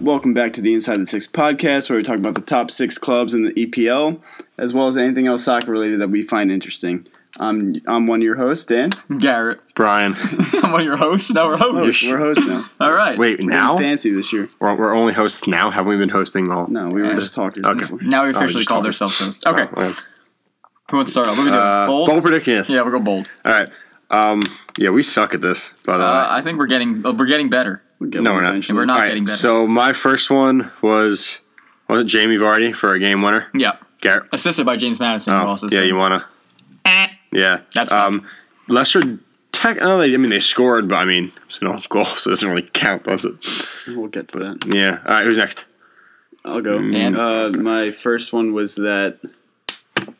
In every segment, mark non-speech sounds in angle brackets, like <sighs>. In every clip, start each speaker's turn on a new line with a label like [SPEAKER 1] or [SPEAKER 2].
[SPEAKER 1] Welcome back to the Inside the Six podcast, where we talk about the top six clubs in the EPL, as well as anything else soccer related that we find interesting. I'm I'm one of your hosts, Dan.
[SPEAKER 2] Garrett. <laughs>
[SPEAKER 3] Brian.
[SPEAKER 2] I'm one of your hosts. Now we're hosts.
[SPEAKER 1] We're hosts now.
[SPEAKER 2] All right.
[SPEAKER 3] Wait, now?
[SPEAKER 1] fancy this year.
[SPEAKER 3] We're, we're only hosts now? Haven't we been hosting all?
[SPEAKER 1] No, we were just talking.
[SPEAKER 3] Okay.
[SPEAKER 1] before.
[SPEAKER 2] Now we officially
[SPEAKER 3] just
[SPEAKER 2] called
[SPEAKER 3] talking.
[SPEAKER 2] ourselves hosts. Okay.
[SPEAKER 3] Oh, okay.
[SPEAKER 2] Who wants to start off? What are we doing?
[SPEAKER 3] Uh,
[SPEAKER 2] bold?
[SPEAKER 3] bold? predictions.
[SPEAKER 2] Yeah, we'll go bold.
[SPEAKER 3] All right. Um, yeah, we suck at this, but uh,
[SPEAKER 2] Uh, I think we're getting uh, we're getting better.
[SPEAKER 1] We'll get
[SPEAKER 3] No,
[SPEAKER 1] one
[SPEAKER 3] we're not.
[SPEAKER 1] eventually.
[SPEAKER 2] We're not.
[SPEAKER 3] all right.
[SPEAKER 2] getting better.
[SPEAKER 3] So my first one was was it Jamie Vardy for a game winner?
[SPEAKER 2] Yeah.
[SPEAKER 3] Garrett.
[SPEAKER 2] Assisted by James Madison. who
[SPEAKER 3] Oh,
[SPEAKER 2] also
[SPEAKER 3] yeah,
[SPEAKER 2] said-
[SPEAKER 3] you wanna?
[SPEAKER 2] Eh.
[SPEAKER 3] Yeah.
[SPEAKER 2] That's-
[SPEAKER 3] um, Leicester. Tech, oh, they, I mean, they scored, but I mean, it's no goal, <laughs> so it doesn't really count, does it?
[SPEAKER 1] We'll get to that.
[SPEAKER 3] Yeah. All right, who's next?
[SPEAKER 1] I'll go.
[SPEAKER 2] Dan?
[SPEAKER 1] Uh, my first one was that.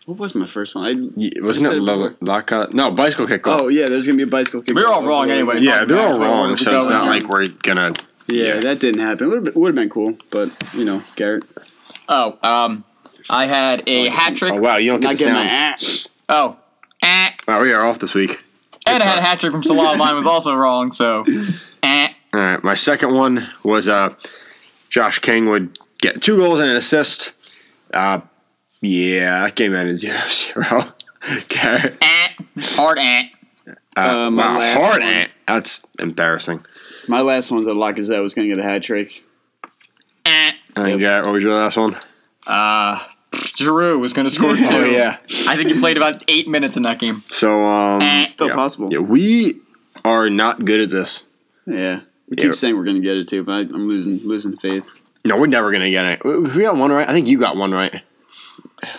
[SPEAKER 1] What was my first one? I.
[SPEAKER 3] Yeah,
[SPEAKER 1] Just
[SPEAKER 3] wasn't it
[SPEAKER 1] said-
[SPEAKER 3] Lo- Laka? No, bicycle kick goal.
[SPEAKER 1] Oh yeah, there's gonna be a bicycle kick.
[SPEAKER 2] We were all wrong anyway.
[SPEAKER 3] yeah, they're all
[SPEAKER 2] That's what
[SPEAKER 3] wrong,
[SPEAKER 2] we're
[SPEAKER 3] so it's not
[SPEAKER 2] going.
[SPEAKER 3] like we're gonna.
[SPEAKER 1] Yeah, that didn't happen. Would have been, been cool, but you know, Garrett.
[SPEAKER 2] Oh, um, I had a hat trick.
[SPEAKER 3] Oh wow, you don't get
[SPEAKER 1] I
[SPEAKER 3] the
[SPEAKER 1] get
[SPEAKER 3] sound.
[SPEAKER 1] my ass.
[SPEAKER 2] Oh, eh.
[SPEAKER 3] Wow, we are off this week.
[SPEAKER 2] and I had a hat trick from Salah. Mine was also wrong. So, eh.
[SPEAKER 3] All right, my second one was uh, Josh King would get two goals and an assist. Uh, yeah, that game ended <laughs> 0 0. Okay.
[SPEAKER 2] Eh. Hard eh.
[SPEAKER 3] Uh,
[SPEAKER 1] Uh, my
[SPEAKER 3] wow,
[SPEAKER 1] last
[SPEAKER 3] hard
[SPEAKER 1] one.
[SPEAKER 3] eh. That's embarrassing.
[SPEAKER 1] My last one's that Lacazette was gonna get a hat trick.
[SPEAKER 2] Eh.
[SPEAKER 3] I think, uh, what was your last one? Oh,
[SPEAKER 2] Uh, Giroud was going to score two. I think he played about eight minutes in that game.
[SPEAKER 3] So, um,
[SPEAKER 2] Eh.
[SPEAKER 1] Still
[SPEAKER 3] yeah.
[SPEAKER 1] possible.
[SPEAKER 3] Yeah, we are not good at this.
[SPEAKER 1] Yeah. We
[SPEAKER 3] Yeah.
[SPEAKER 1] keep saying we're gonna get it too, but I, I'm losing losing faith.
[SPEAKER 3] No, we're never going to get it. We we got one right. I think you got one right.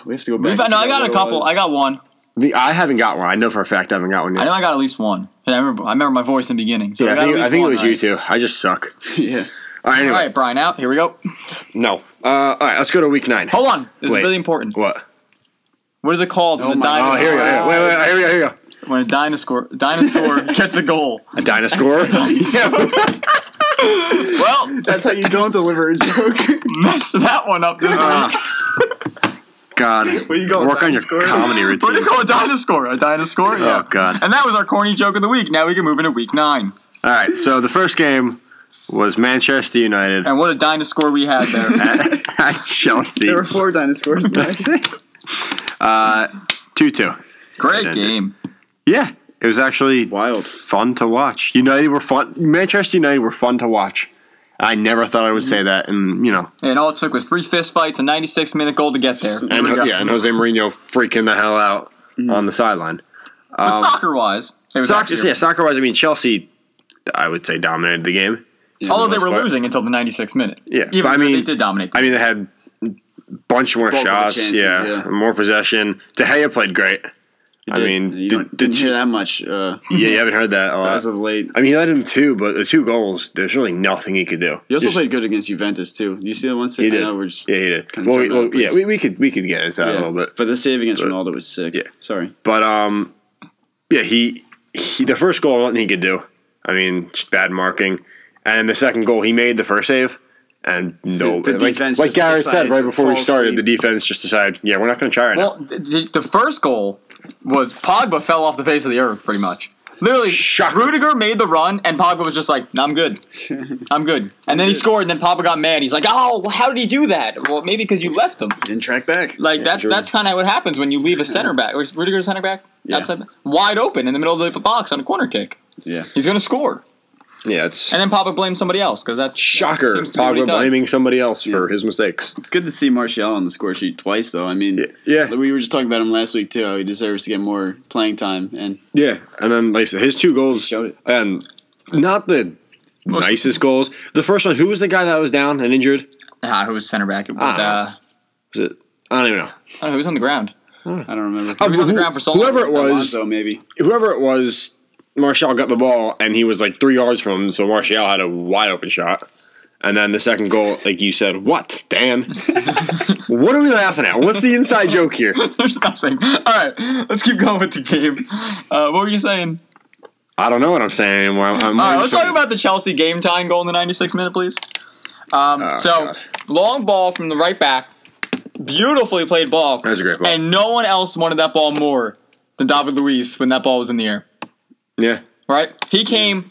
[SPEAKER 1] We have to go back.
[SPEAKER 2] We've,
[SPEAKER 1] and
[SPEAKER 2] no, I
[SPEAKER 1] figure out
[SPEAKER 2] got
[SPEAKER 1] what
[SPEAKER 2] a
[SPEAKER 1] it
[SPEAKER 2] couple.
[SPEAKER 1] was.
[SPEAKER 2] I got one.
[SPEAKER 3] The, I haven't got one. I know for a fact I haven't got one yet.
[SPEAKER 2] I know I got at least one. And I remember, I remember my voice in the beginning. So
[SPEAKER 3] Yeah,
[SPEAKER 2] I,
[SPEAKER 3] I
[SPEAKER 2] got at
[SPEAKER 3] think,
[SPEAKER 2] least
[SPEAKER 3] I think it
[SPEAKER 2] one
[SPEAKER 3] was you
[SPEAKER 2] right.
[SPEAKER 3] two. I just suck.
[SPEAKER 1] <laughs> yeah.
[SPEAKER 3] All right, anyway.
[SPEAKER 2] All right, Brian, out. Here we go.
[SPEAKER 3] No. Uh, all right, let's go to week nine.
[SPEAKER 2] Hold on. This
[SPEAKER 3] Wait.
[SPEAKER 2] is really important.
[SPEAKER 3] What?
[SPEAKER 2] What is it called when a
[SPEAKER 1] my-
[SPEAKER 3] Oh,
[SPEAKER 2] dinosaur,
[SPEAKER 3] here we go. here- Wait, wait, wait, here we go. Here we go.
[SPEAKER 2] when a dinosaur dinosaur
[SPEAKER 3] <laughs>
[SPEAKER 2] gets a goal?
[SPEAKER 3] A
[SPEAKER 2] <laughs>
[SPEAKER 3] dinosaur. <laughs> Yeah.
[SPEAKER 2] Well,
[SPEAKER 1] That's how you don't deliver a
[SPEAKER 3] <laughs>
[SPEAKER 1] joke. <laughs>
[SPEAKER 2] messed that one up this
[SPEAKER 3] Oh,
[SPEAKER 2] week.
[SPEAKER 1] <laughs>
[SPEAKER 3] God.
[SPEAKER 1] Where you going,
[SPEAKER 3] Work on your
[SPEAKER 1] dinosaur?
[SPEAKER 2] <laughs>
[SPEAKER 3] comedy
[SPEAKER 2] What do
[SPEAKER 3] routine.
[SPEAKER 2] you call a dinosaur? A dinosaur? Yeah.
[SPEAKER 3] Oh God.
[SPEAKER 2] And that was our corny joke of the week. Now we can move into week nine.
[SPEAKER 3] All right. So the first game was
[SPEAKER 2] <laughs>
[SPEAKER 3] Manchester United <laughs>
[SPEAKER 2] And what a dinosaur we had there.
[SPEAKER 3] at, at Chelsea.
[SPEAKER 1] there were four
[SPEAKER 3] <laughs>
[SPEAKER 1] dinosaurs. <laughs>
[SPEAKER 3] Uh, two two.
[SPEAKER 2] Great
[SPEAKER 3] Ended.
[SPEAKER 2] game.
[SPEAKER 3] Yeah, it was actually
[SPEAKER 1] Wild.
[SPEAKER 3] fun to watch. United were fun. Manchester United were fun to watch. I never thought I would say that, and you know,
[SPEAKER 2] And all it took was three fist fights and 96 minute goal to get there.
[SPEAKER 3] and
[SPEAKER 2] we go.
[SPEAKER 3] yeah, and Jose Mourinho freaking the hell out on the sideline.
[SPEAKER 2] But soccer wise, it was
[SPEAKER 3] Mm. Um, Soccer,
[SPEAKER 2] actually,
[SPEAKER 3] yeah, soccer wise, I mean Chelsea. I would say dominated the game.
[SPEAKER 2] although they were
[SPEAKER 3] But-
[SPEAKER 2] losing until the 96 minute.
[SPEAKER 3] Yeah,
[SPEAKER 2] Even
[SPEAKER 3] but I
[SPEAKER 2] though they
[SPEAKER 3] mean-
[SPEAKER 2] did dominate.
[SPEAKER 3] I mean, they had bunch more
[SPEAKER 1] Bulk of the
[SPEAKER 3] shots.
[SPEAKER 1] chances,
[SPEAKER 3] yeah,
[SPEAKER 1] yeah.
[SPEAKER 3] more possession. De Gea played great. I mean,
[SPEAKER 1] you
[SPEAKER 3] did-
[SPEAKER 1] don't,
[SPEAKER 3] did
[SPEAKER 1] didn't
[SPEAKER 3] you-
[SPEAKER 1] hear that much uh,
[SPEAKER 3] Yeah, you haven't heard that a lot.
[SPEAKER 1] as of late.
[SPEAKER 3] I mean, he led him two, but the two goals. There's really nothing he could do.
[SPEAKER 1] You also
[SPEAKER 3] Just-
[SPEAKER 1] played good against Juventus too. You see the one
[SPEAKER 3] He
[SPEAKER 1] save? I
[SPEAKER 3] did.
[SPEAKER 1] know we're just
[SPEAKER 3] yeah, he did.
[SPEAKER 1] kinda
[SPEAKER 3] Well, we,
[SPEAKER 1] jumping
[SPEAKER 3] well
[SPEAKER 1] around
[SPEAKER 3] yeah,
[SPEAKER 1] place.
[SPEAKER 3] we, we could we could get into that
[SPEAKER 1] Yeah.
[SPEAKER 3] a little bit.
[SPEAKER 1] But the save against Ronaldo was sick.
[SPEAKER 3] Yeah.
[SPEAKER 1] Sorry.
[SPEAKER 3] But um, yeah, he, he the first goal nothing he could do. I mean, just bad marking, and the second goal he made the first save, and no,
[SPEAKER 1] The- the
[SPEAKER 3] like,
[SPEAKER 1] defense
[SPEAKER 3] like
[SPEAKER 1] just
[SPEAKER 3] Garrett said
[SPEAKER 1] decided
[SPEAKER 3] right
[SPEAKER 1] to
[SPEAKER 3] before we
[SPEAKER 1] fall
[SPEAKER 3] started,
[SPEAKER 1] asleep.
[SPEAKER 3] the defense just decided, yeah, we're not going to try right now.
[SPEAKER 2] Well, the, the first goal was Pogba fell off the face of the earth, pretty much. Literally,
[SPEAKER 3] Shocker.
[SPEAKER 2] Rudiger made the run, and Pogba was just like, "No, "I'm
[SPEAKER 3] <laughs>
[SPEAKER 2] good, I'm good." And then he scored, and then Pogba got mad. He's like, "Oh, well, how did he do that? Well, maybe because you left him."
[SPEAKER 1] Didn't track back.
[SPEAKER 2] Like
[SPEAKER 1] Yeah,
[SPEAKER 2] that's
[SPEAKER 1] Jordan.
[SPEAKER 2] that's kind of what happens when you leave a center back, or is Rudiger a center back
[SPEAKER 1] Yeah.
[SPEAKER 2] outside wide open in the middle of the box on a corner kick.
[SPEAKER 1] yeah.
[SPEAKER 2] He's gonna score,
[SPEAKER 3] yeah, it's
[SPEAKER 2] and then Pogba blames somebody else because that's
[SPEAKER 3] shocker.
[SPEAKER 2] That seems to be what he
[SPEAKER 3] Pogba
[SPEAKER 2] does.
[SPEAKER 3] blaming somebody else for his mistakes.
[SPEAKER 1] It's good to see Martial on the score sheet twice though. I mean,
[SPEAKER 3] Yeah.
[SPEAKER 1] we were just talking about him last week too. How he deserves to get more playing time and
[SPEAKER 3] Yeah, and then like I said, his two goals
[SPEAKER 1] Showed it.
[SPEAKER 3] and not the nicest goals. The first one, who was the guy that was down and injured?
[SPEAKER 2] Ah, who was center back? It was
[SPEAKER 3] Ah.
[SPEAKER 2] uh,
[SPEAKER 3] Was it? I don't even know.
[SPEAKER 2] I don't know, who was on the ground.
[SPEAKER 1] I don't remember.
[SPEAKER 2] was on the ground for so long.
[SPEAKER 3] whoever it Hmm. was,
[SPEAKER 1] Alonso maybe.
[SPEAKER 3] whoever it was, Martial got the ball and he was like three yards from him, so Martial had a wide open shot. And then the second goal, like you said, what,
[SPEAKER 2] <laughs>
[SPEAKER 3] Dan? what are we laughing at? What's the inside joke here?
[SPEAKER 2] <laughs> There's nothing. All right, let's keep going with the game. Uh, what were you saying?
[SPEAKER 3] I don't know what I'm saying anymore. I'm, I'm
[SPEAKER 2] All right,
[SPEAKER 3] I'm
[SPEAKER 2] let's
[SPEAKER 3] just-
[SPEAKER 2] talk about the Chelsea game time goal in the 96 minute, please. Um,
[SPEAKER 3] Oh,
[SPEAKER 2] so,
[SPEAKER 3] God.
[SPEAKER 2] long ball from the right back. Beautifully played ball.
[SPEAKER 3] That was a great ball.
[SPEAKER 2] And no one else wanted that ball more than David Luiz when that ball was in the air.
[SPEAKER 3] yeah.
[SPEAKER 2] Right? He came.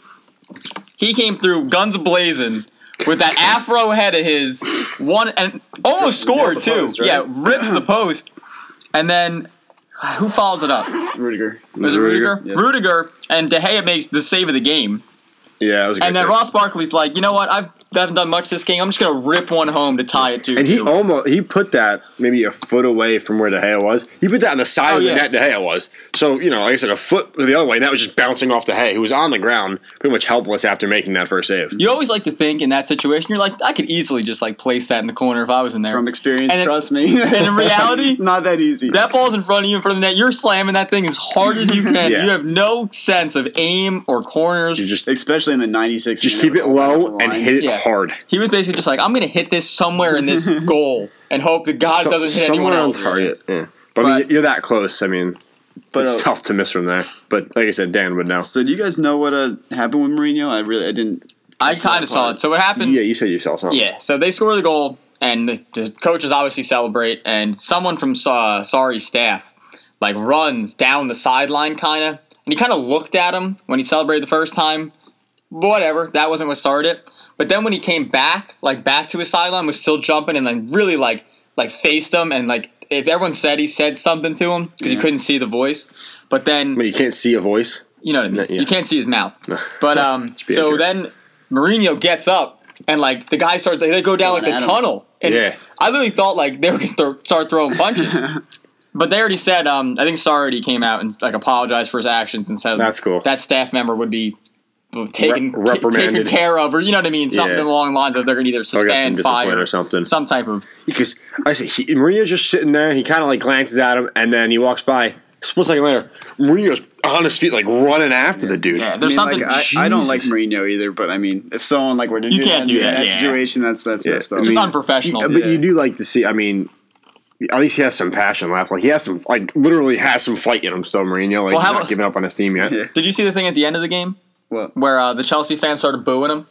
[SPEAKER 2] He came through guns blazing with that afro head of his, one and almost scored
[SPEAKER 3] the
[SPEAKER 2] too.
[SPEAKER 3] post, right?
[SPEAKER 2] Yeah, rips the post, and then who follows it up?
[SPEAKER 1] Rudiger.
[SPEAKER 2] Was it Rudiger?
[SPEAKER 1] Rudiger? Yeah.
[SPEAKER 2] Rudiger and De Gea makes the save of the game,
[SPEAKER 3] Yeah, it was a good
[SPEAKER 2] and then
[SPEAKER 3] save.
[SPEAKER 2] Ross Barkley's like, you know what? I've I haven't done much this game. I'm just gonna rip one home to tie it to.
[SPEAKER 3] And he almost he put that maybe a foot away from where De Gea was. He put that on the side
[SPEAKER 2] Oh,
[SPEAKER 3] of the
[SPEAKER 2] yeah.
[SPEAKER 3] net De Gea was. So you know, like I said, a foot the other way, and that was just bouncing off De Gea, who was on the ground, pretty much helpless after making that first save.
[SPEAKER 2] you always like to think in that situation, you're like, I could easily just like place that in the corner if I was in there.
[SPEAKER 1] From experience,
[SPEAKER 2] And it-
[SPEAKER 1] trust me.
[SPEAKER 2] and in reality,
[SPEAKER 1] <laughs> not that easy.
[SPEAKER 2] that ball's in front of you in front of the net. You're slamming that thing as hard
[SPEAKER 3] <laughs>
[SPEAKER 2] as you can.
[SPEAKER 3] Yeah.
[SPEAKER 2] You have no sense of aim or corners.
[SPEAKER 3] You just
[SPEAKER 1] Especially in the 96.
[SPEAKER 3] just
[SPEAKER 1] minute
[SPEAKER 3] keep it
[SPEAKER 1] with all
[SPEAKER 3] low
[SPEAKER 1] that
[SPEAKER 3] and
[SPEAKER 1] line.
[SPEAKER 3] hit it
[SPEAKER 2] Yeah.
[SPEAKER 3] hard.
[SPEAKER 2] He was basically just like, I'm gonna hit this somewhere in
[SPEAKER 3] <laughs>
[SPEAKER 2] this goal and hope that God
[SPEAKER 3] So-
[SPEAKER 2] doesn't hit
[SPEAKER 3] somewhere
[SPEAKER 2] anyone
[SPEAKER 3] on
[SPEAKER 2] else.
[SPEAKER 3] target. Yeah. But, I mean,
[SPEAKER 2] But-
[SPEAKER 3] you're that close. I mean,
[SPEAKER 1] But,
[SPEAKER 3] it's
[SPEAKER 1] uh,
[SPEAKER 3] tough to miss from there. But like I said, Dan would know.
[SPEAKER 1] So do you guys know what uh, happened with Mourinho? I really I didn't.
[SPEAKER 2] I kind of saw it. So what happened?
[SPEAKER 3] Yeah, you said you saw something.
[SPEAKER 2] Yeah, so they score the goal, and the, the coaches obviously celebrate, and someone from Sa- Sari's staff like runs down the sideline, kind of, and he kind of looked at him when he celebrated the first time. Whatever, that wasn't what started it. But then when he came back, like back to his sideline, was still jumping and like really like like faced him, and like if everyone said he said something to him because you
[SPEAKER 1] Yeah.
[SPEAKER 2] couldn't see the voice. But then
[SPEAKER 3] I mean, you can't see a voice.
[SPEAKER 2] you know what I mean.
[SPEAKER 3] Yeah.
[SPEAKER 2] You can't see his
[SPEAKER 3] <laughs>
[SPEAKER 2] mouth. But um,
[SPEAKER 3] be
[SPEAKER 2] so
[SPEAKER 3] accurate.
[SPEAKER 2] then Mourinho gets up and like the guys start they, they go down like
[SPEAKER 1] Going
[SPEAKER 2] the
[SPEAKER 1] at him.
[SPEAKER 2] tunnel. And
[SPEAKER 3] Yeah.
[SPEAKER 2] I literally thought like they were gonna throw, start throwing
[SPEAKER 3] <laughs>
[SPEAKER 2] punches. But they already said, um, I think Sar already came out and like apologized for his actions and said
[SPEAKER 3] That's cool.
[SPEAKER 2] That staff member would be taken
[SPEAKER 3] Re-
[SPEAKER 2] taken
[SPEAKER 3] reprimanded.
[SPEAKER 2] care of, or you know what I mean, something
[SPEAKER 3] Yeah.
[SPEAKER 2] along the lines of they're gonna either
[SPEAKER 3] Or got some
[SPEAKER 2] suspend,
[SPEAKER 3] discipline
[SPEAKER 2] fire,
[SPEAKER 3] or something.
[SPEAKER 2] some type of
[SPEAKER 3] because I see he, Mourinho's just sitting there. He kind of like glances at him, and then he walks by. Split second later, Mourinho's on his feet, like running after the dude.
[SPEAKER 2] yeah.
[SPEAKER 1] I
[SPEAKER 2] There's
[SPEAKER 1] mean,
[SPEAKER 2] something.
[SPEAKER 1] like, I, I don't like
[SPEAKER 3] Jesus.
[SPEAKER 1] Mourinho either, but I mean, if someone like were to
[SPEAKER 2] You
[SPEAKER 1] do
[SPEAKER 2] can't
[SPEAKER 1] that,
[SPEAKER 2] do
[SPEAKER 1] in
[SPEAKER 2] that,
[SPEAKER 1] that
[SPEAKER 2] yeah.
[SPEAKER 1] situation, that's that's messed up.
[SPEAKER 3] I
[SPEAKER 2] It's
[SPEAKER 3] mean,
[SPEAKER 2] unprofessional.
[SPEAKER 3] you- but
[SPEAKER 1] Yeah.
[SPEAKER 3] you do like to see. I mean, at least he has some passion left. Like he has some, like literally has some fight in him still. Mourinho, like
[SPEAKER 2] Well, how
[SPEAKER 3] he's not
[SPEAKER 2] about-
[SPEAKER 3] giving up on his team yet.
[SPEAKER 1] Yeah.
[SPEAKER 2] Did you see the thing at the end of the game?
[SPEAKER 1] What?
[SPEAKER 2] where uh, the Chelsea fans started booing him,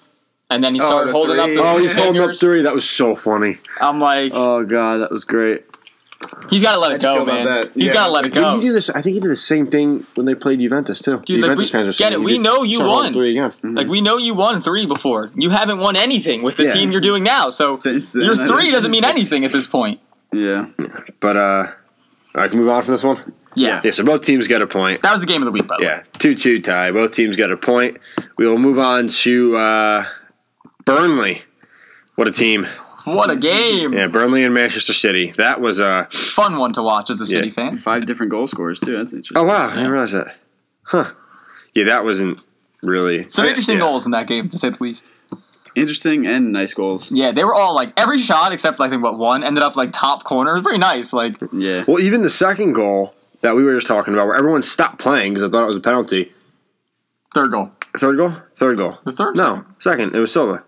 [SPEAKER 2] and then he
[SPEAKER 1] Oh,
[SPEAKER 2] started
[SPEAKER 1] the
[SPEAKER 2] holding up
[SPEAKER 1] three.
[SPEAKER 2] the
[SPEAKER 3] Oh, he's
[SPEAKER 2] fingers.
[SPEAKER 3] holding up three. That was so funny.
[SPEAKER 2] I'm like,
[SPEAKER 1] Oh god, that was great.
[SPEAKER 2] he's got to let it
[SPEAKER 1] feel
[SPEAKER 2] go,
[SPEAKER 1] about
[SPEAKER 2] man.
[SPEAKER 1] that.
[SPEAKER 2] He's
[SPEAKER 1] Yeah,
[SPEAKER 2] got to
[SPEAKER 1] it's
[SPEAKER 2] let it
[SPEAKER 1] like,
[SPEAKER 3] Did he
[SPEAKER 2] go.
[SPEAKER 3] do this? I think he did the same thing when they played Juventus too.
[SPEAKER 2] Dude, like,
[SPEAKER 3] Juventus
[SPEAKER 2] we-
[SPEAKER 3] fans are
[SPEAKER 2] get it,
[SPEAKER 3] saying,
[SPEAKER 2] we
[SPEAKER 3] "Dude,
[SPEAKER 2] know you
[SPEAKER 3] start holding
[SPEAKER 2] won." Mm.
[SPEAKER 3] three again.
[SPEAKER 2] Like we know you won three before. You haven't won anything with the
[SPEAKER 3] Yeah.
[SPEAKER 2] team you're doing now. So
[SPEAKER 1] Since then,
[SPEAKER 2] your
[SPEAKER 1] I
[SPEAKER 2] three
[SPEAKER 1] don't-
[SPEAKER 2] doesn't mean anything at this point.
[SPEAKER 1] Yeah.
[SPEAKER 3] But uh, I can move on from this one.
[SPEAKER 2] Yeah.
[SPEAKER 3] Yeah, so both teams got a point.
[SPEAKER 2] That was the game of the week, by the way.
[SPEAKER 3] Yeah, two-two tie. Both teams got a point. We will move on to uh, Burnley. What a team!
[SPEAKER 2] What a game!
[SPEAKER 3] Yeah, Burnley and Manchester City. That was uh
[SPEAKER 2] Fun one to watch as a City
[SPEAKER 3] Yeah.
[SPEAKER 2] fan.
[SPEAKER 1] Five different goal scorers too. That's interesting.
[SPEAKER 3] oh wow! I didn't realize that. Huh? Yeah, that wasn't really
[SPEAKER 2] Some interesting
[SPEAKER 3] yeah.
[SPEAKER 2] goals in that game, to say the least.
[SPEAKER 1] Interesting and nice goals.
[SPEAKER 2] Yeah, they were all like every shot except I think what one ended up like top corner. It was pretty nice. Like
[SPEAKER 1] Yeah.
[SPEAKER 3] Well, even the second goal that we were just talking about, where everyone stopped playing because I thought it was a penalty.
[SPEAKER 2] third goal.
[SPEAKER 3] Third goal, third goal.
[SPEAKER 2] The third
[SPEAKER 3] No, second. It was Silva.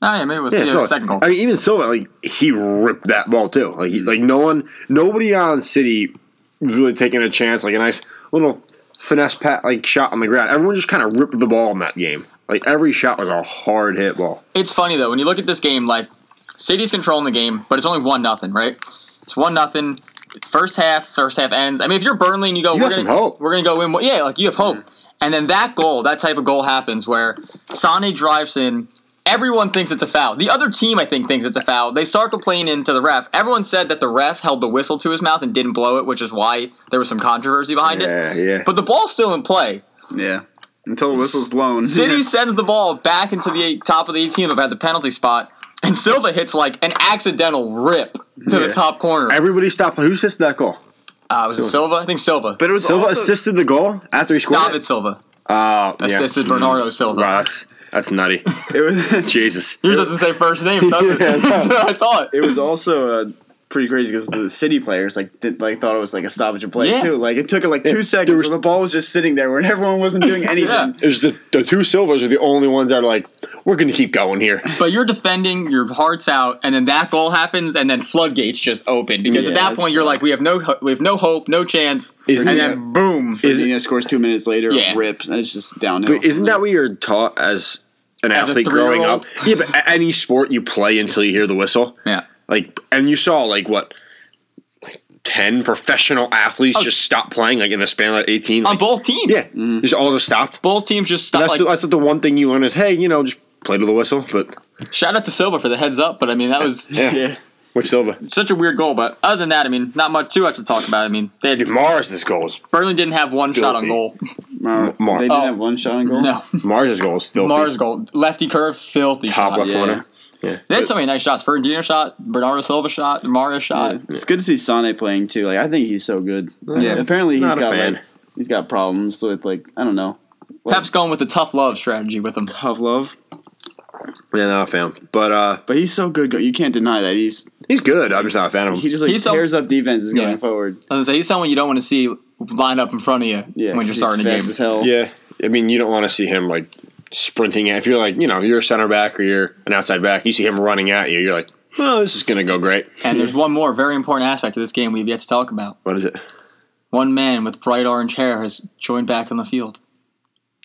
[SPEAKER 2] Oh yeah, maybe it was yeah,
[SPEAKER 3] Yeah, so,
[SPEAKER 2] second goal.
[SPEAKER 3] I mean, even Silva, like he ripped that ball too. Like, he, like no one, nobody on City was really taking a chance. Like a nice little finesse pat, like shot on the ground. Everyone just kind of ripped the ball in that game. Like every shot was a hard hit ball.
[SPEAKER 2] it's funny though when you look at this game like city's controlling the game but it's only one nothing right it's one nothing first half first half ends i mean if you're burnley and you go
[SPEAKER 3] You
[SPEAKER 2] we're,
[SPEAKER 3] got
[SPEAKER 2] gonna,
[SPEAKER 3] some hope. Mm-hmm.
[SPEAKER 2] we're gonna go in yeah like you have hope and then that goal that type of goal happens where Sane drives in everyone thinks it's a foul the other team i think thinks it's a foul they start complaining to the ref everyone said that the ref held the whistle to his mouth and didn't blow it which is why there was some controversy behind
[SPEAKER 3] Yeah,
[SPEAKER 2] it
[SPEAKER 3] yeah.
[SPEAKER 2] but the ball's still in play
[SPEAKER 1] Yeah. Until the whistle's blown.
[SPEAKER 2] City sends the ball back into the eight, top of the 18 about the penalty spot, and Silva hits like an accidental rip to the
[SPEAKER 1] Yeah.
[SPEAKER 2] top corner.
[SPEAKER 3] Everybody stopped. playing. Who assisted that goal?
[SPEAKER 2] Uh, was it Silva? I think Silva.
[SPEAKER 1] but it was
[SPEAKER 3] Silva
[SPEAKER 1] also,
[SPEAKER 3] assisted the goal after he scored.
[SPEAKER 2] David
[SPEAKER 3] it?
[SPEAKER 2] Silva
[SPEAKER 3] Oh, yeah.
[SPEAKER 2] assisted Bernardo Silva.
[SPEAKER 3] Wow, that's that's nutty.
[SPEAKER 1] <laughs>
[SPEAKER 3] <laughs>
[SPEAKER 1] it was
[SPEAKER 3] Jesus.
[SPEAKER 2] Yours doesn't say first name, does it?
[SPEAKER 3] Yeah, no.
[SPEAKER 2] <laughs> That's what I thought.
[SPEAKER 1] it was also uh, pretty crazy because the city players like did, like thought it was like a stoppage of play
[SPEAKER 2] Yeah.
[SPEAKER 1] too. Like it took like
[SPEAKER 3] Yeah,
[SPEAKER 1] two
[SPEAKER 3] there
[SPEAKER 1] seconds
[SPEAKER 3] was-
[SPEAKER 1] where the ball was just sitting there when everyone wasn't doing anything.
[SPEAKER 2] Yeah.
[SPEAKER 3] It was the, the two Silvas are the only ones that are like, we're going to keep going here.
[SPEAKER 2] But you're defending your hearts out, and then that goal happens, and then floodgates just open because at
[SPEAKER 1] Yeah,
[SPEAKER 2] that
[SPEAKER 1] it
[SPEAKER 2] point you're like,
[SPEAKER 1] sucks.
[SPEAKER 2] we have no, ho- we have no hope, no chance,
[SPEAKER 3] Isn't
[SPEAKER 2] and
[SPEAKER 3] that-
[SPEAKER 2] then boom,
[SPEAKER 1] Is scores two minutes later,
[SPEAKER 2] Yeah.
[SPEAKER 1] rip. And it's just downhill.
[SPEAKER 3] But <laughs> isn't that what you're taught as an
[SPEAKER 2] As a
[SPEAKER 3] athlete growing
[SPEAKER 2] three-year-old?
[SPEAKER 3] up? Yeah, but a- any sport you play until you hear the whistle.
[SPEAKER 2] yeah.
[SPEAKER 3] Like, and you saw like what, like ten professional athletes just stop playing like in the span of like, eighteen.
[SPEAKER 2] On
[SPEAKER 3] Like,
[SPEAKER 2] both teams,
[SPEAKER 3] yeah, just all just stopped.
[SPEAKER 2] both teams just stop.
[SPEAKER 3] That's
[SPEAKER 2] Like,
[SPEAKER 3] the, that's the one thing you learn is hey, you know, just play to the whistle, but
[SPEAKER 2] Shout out to Silva for the heads up, but I mean that was
[SPEAKER 3] yeah. Which Silva?
[SPEAKER 2] such a weird goal. But other than that, I mean not much too much to talk about. I mean they had,
[SPEAKER 3] Dude, Mars' goals.
[SPEAKER 2] Berlin didn't have one shot on
[SPEAKER 3] Filthy.
[SPEAKER 2] goal. <laughs>
[SPEAKER 1] Mar-
[SPEAKER 3] Mar-
[SPEAKER 1] they didn't
[SPEAKER 2] Oh.
[SPEAKER 1] have one shot on goal.
[SPEAKER 2] No,
[SPEAKER 3] Mars' goals. Filthy.
[SPEAKER 2] Mars goal, lefty curve, filthy
[SPEAKER 3] top
[SPEAKER 2] shot.
[SPEAKER 3] left
[SPEAKER 1] yeah.
[SPEAKER 3] corner. Yeah.
[SPEAKER 2] They had so many nice shots. Fernandino shot, Bernardo Silva shot, Mario shot.
[SPEAKER 1] Yeah. It's good to see Sane playing too. Like I think he's so good.
[SPEAKER 2] Yeah.
[SPEAKER 1] Apparently he's
[SPEAKER 3] Not a
[SPEAKER 1] got
[SPEAKER 3] fan.
[SPEAKER 1] like he's got problems with like I don't know
[SPEAKER 2] Pep's going with the tough love strategy with him.
[SPEAKER 1] tough love,
[SPEAKER 3] Yeah, not a fan. But uh,
[SPEAKER 1] but he's so good. You can't deny that he's
[SPEAKER 3] he's good. I'm just not a fan of him.
[SPEAKER 1] he just like
[SPEAKER 2] He's so-
[SPEAKER 1] tears up defenses
[SPEAKER 2] Yeah.
[SPEAKER 1] going forward.
[SPEAKER 2] I was gonna say he's someone you don't want to see line up in front of you
[SPEAKER 1] Yeah,
[SPEAKER 2] when you're
[SPEAKER 1] he's
[SPEAKER 2] starting a
[SPEAKER 1] fast
[SPEAKER 2] game.
[SPEAKER 1] as hell.
[SPEAKER 3] yeah. I mean, you don't want to see him like sprinting. At, if you're like, you know, you're a center back or you're an outside back, you see him running at you. You're like, oh, this is gonna go great.
[SPEAKER 2] And there's one more very important aspect of this game we've yet to talk about.
[SPEAKER 3] What is it?
[SPEAKER 2] One man with bright orange hair has joined back on the field.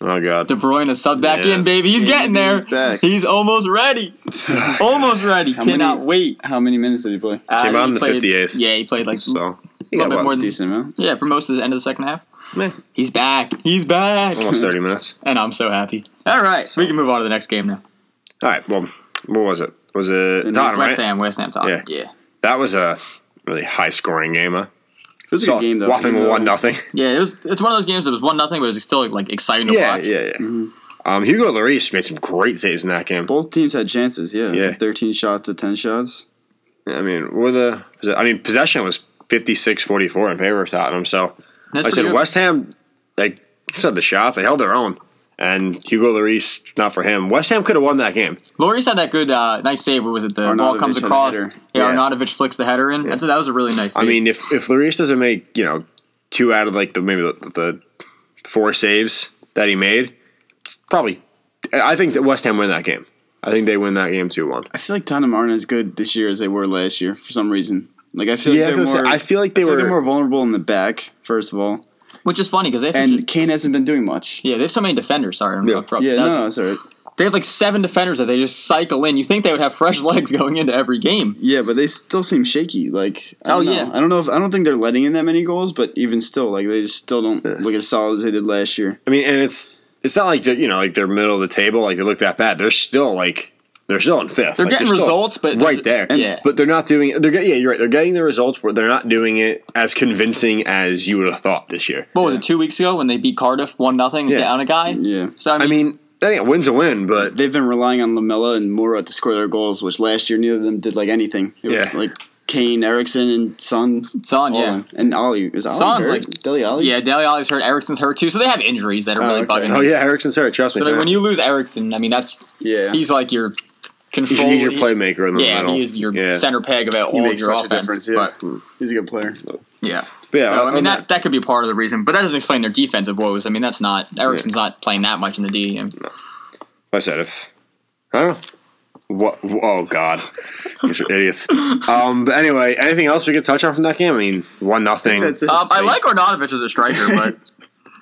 [SPEAKER 3] Oh God.
[SPEAKER 2] De Bruyne is subbed back
[SPEAKER 3] Yes.
[SPEAKER 2] in, baby. He's getting there.
[SPEAKER 1] He's back.
[SPEAKER 2] He's
[SPEAKER 1] <sighs>
[SPEAKER 2] almost ready. almost ready.
[SPEAKER 1] How
[SPEAKER 2] Cannot
[SPEAKER 1] many-
[SPEAKER 2] wait.
[SPEAKER 1] How many minutes did he play?
[SPEAKER 2] Uh,
[SPEAKER 3] Came
[SPEAKER 2] he
[SPEAKER 3] out in the
[SPEAKER 2] played-
[SPEAKER 3] 58th.
[SPEAKER 2] Yeah, he played like
[SPEAKER 3] so
[SPEAKER 2] a little bit more than
[SPEAKER 1] Decent amount.
[SPEAKER 2] yeah, for most of the end of the second half. He's back. He's back.
[SPEAKER 1] <laughs>
[SPEAKER 3] almost 30 minutes.
[SPEAKER 2] And I'm so happy. All right, we can move on to the next game now.
[SPEAKER 3] All right. Well, what was it? Was it Tottenham,
[SPEAKER 2] West
[SPEAKER 3] right?
[SPEAKER 2] Ham, West Ham, Tottenham. Yeah.
[SPEAKER 3] That was a really high scoring game. Huh?
[SPEAKER 1] It was a good game though.
[SPEAKER 3] Whopping
[SPEAKER 1] even though-
[SPEAKER 3] one nothing.
[SPEAKER 2] Yeah, it was. It's one of those games that was one nothing, but it was still like exciting to watch.
[SPEAKER 3] yeah.
[SPEAKER 1] Mm-hmm.
[SPEAKER 3] Um, Hugo Lloris made some great saves in that game.
[SPEAKER 1] Both teams had chances. Yeah,
[SPEAKER 3] Yeah.
[SPEAKER 1] thirteen shots to ten shots.
[SPEAKER 3] I mean, were the I mean possession was 56-44 in favor of Tottenham. So
[SPEAKER 2] That's
[SPEAKER 3] I
[SPEAKER 2] pretty
[SPEAKER 3] said
[SPEAKER 2] good.
[SPEAKER 3] West Ham, like said the shots, they held their own. And Hugo Lloris, not for him. West Ham could have won that game.
[SPEAKER 2] Lloris had that good, uh, nice save. What was it? The ball
[SPEAKER 1] Arnautovic
[SPEAKER 2] comes
[SPEAKER 1] had a
[SPEAKER 2] across. Yeah,
[SPEAKER 1] header.
[SPEAKER 3] Yeah.
[SPEAKER 2] Arnautovic flicks the header in. That's, that was a really nice
[SPEAKER 3] I
[SPEAKER 2] save.
[SPEAKER 3] mean, if if Lloris doesn't make you know two out of like the maybe the, the four saves that he made, it's probably I I think that West Ham win that game. I think they win that game two one.
[SPEAKER 1] I feel like Tottenham aren't as good this year as they were last year for some reason. Like I feel
[SPEAKER 3] Yeah, I
[SPEAKER 1] like
[SPEAKER 3] was
[SPEAKER 1] they're
[SPEAKER 3] gonna
[SPEAKER 1] more.
[SPEAKER 3] say, I feel like they
[SPEAKER 1] I feel like
[SPEAKER 3] were-
[SPEAKER 1] they're more vulnerable in the back. First of all,
[SPEAKER 2] which is funny because they have
[SPEAKER 1] and Kane hasn't been doing much.
[SPEAKER 2] Yeah, they have so many defenders. Sorry, I'm
[SPEAKER 3] Yeah.
[SPEAKER 2] up front.
[SPEAKER 1] Yeah, no,
[SPEAKER 2] That's-
[SPEAKER 1] no, sorry.
[SPEAKER 2] They have like seven defenders that they just cycle in. You think they would have fresh <laughs> legs going into every game?
[SPEAKER 1] Yeah, but they still seem shaky. Like, I
[SPEAKER 2] Oh,
[SPEAKER 1] don't know.
[SPEAKER 2] yeah.
[SPEAKER 1] I don't know if I don't think they're letting in that many goals, but even still, like they just still don't look as solid as they did last year.
[SPEAKER 3] I mean, and it's it's not like they're you know like they're middle of the table. Like they look that bad. They're still like they're still in fifth. They're
[SPEAKER 2] getting
[SPEAKER 3] still
[SPEAKER 2] results, but they're-
[SPEAKER 3] right there.
[SPEAKER 2] And- yeah.
[SPEAKER 3] but they're not doing. They're get- yeah, you're right. They're getting the results, but they're not doing it as convincing as you would have thought this year.
[SPEAKER 2] What was it? Two weeks ago when they beat Cardiff one nothing
[SPEAKER 3] Yeah.
[SPEAKER 2] down a guy.
[SPEAKER 1] Yeah.
[SPEAKER 2] So I mean,
[SPEAKER 3] I mean, that ain't wins a win, but
[SPEAKER 1] They've been relying on Lamella and Mora to score their goals, which last year neither of them did like anything. It was
[SPEAKER 3] Yeah.
[SPEAKER 1] like Kane, Erickson, and Son.
[SPEAKER 2] Son,
[SPEAKER 1] all
[SPEAKER 2] yeah.
[SPEAKER 1] of them. and Ollie is Ollie
[SPEAKER 2] Son's
[SPEAKER 1] hurt?
[SPEAKER 2] like-
[SPEAKER 1] Deli Ollie.
[SPEAKER 2] yeah, Deli Ali's hurt. Erickson's hurt too. So they have injuries that are really
[SPEAKER 1] okay.
[SPEAKER 2] bugging.
[SPEAKER 3] oh
[SPEAKER 2] me.
[SPEAKER 3] yeah, Erickson's hurt. Trust me.
[SPEAKER 2] So like,
[SPEAKER 3] man.
[SPEAKER 2] when you lose Erickson, I mean that's
[SPEAKER 1] yeah.
[SPEAKER 2] he's like your
[SPEAKER 3] He's,
[SPEAKER 2] control.
[SPEAKER 3] he's your playmaker in the
[SPEAKER 2] Yeah,
[SPEAKER 3] middle.
[SPEAKER 2] he is your
[SPEAKER 3] yeah.
[SPEAKER 2] center peg about all
[SPEAKER 1] makes
[SPEAKER 2] your
[SPEAKER 1] such a
[SPEAKER 2] offense.
[SPEAKER 1] difference, yeah.
[SPEAKER 2] But
[SPEAKER 1] he's a good player.
[SPEAKER 2] yeah.
[SPEAKER 3] But yeah,
[SPEAKER 2] so I
[SPEAKER 3] on-
[SPEAKER 2] mean
[SPEAKER 3] on
[SPEAKER 2] that,
[SPEAKER 3] that-
[SPEAKER 2] that could be part of the reason, but that doesn't explain their defensive woes. I mean that's not Erickson's not playing that much in the D. I mean,
[SPEAKER 3] I said if I don't know. What? Oh God, these
[SPEAKER 2] <laughs>
[SPEAKER 3] are idiots. Um, but anyway, anything else we could touch on from that game? I mean, one nothing.
[SPEAKER 1] That's it.
[SPEAKER 2] Um, I like Arnautovic as a striker,
[SPEAKER 3] <laughs>
[SPEAKER 2] but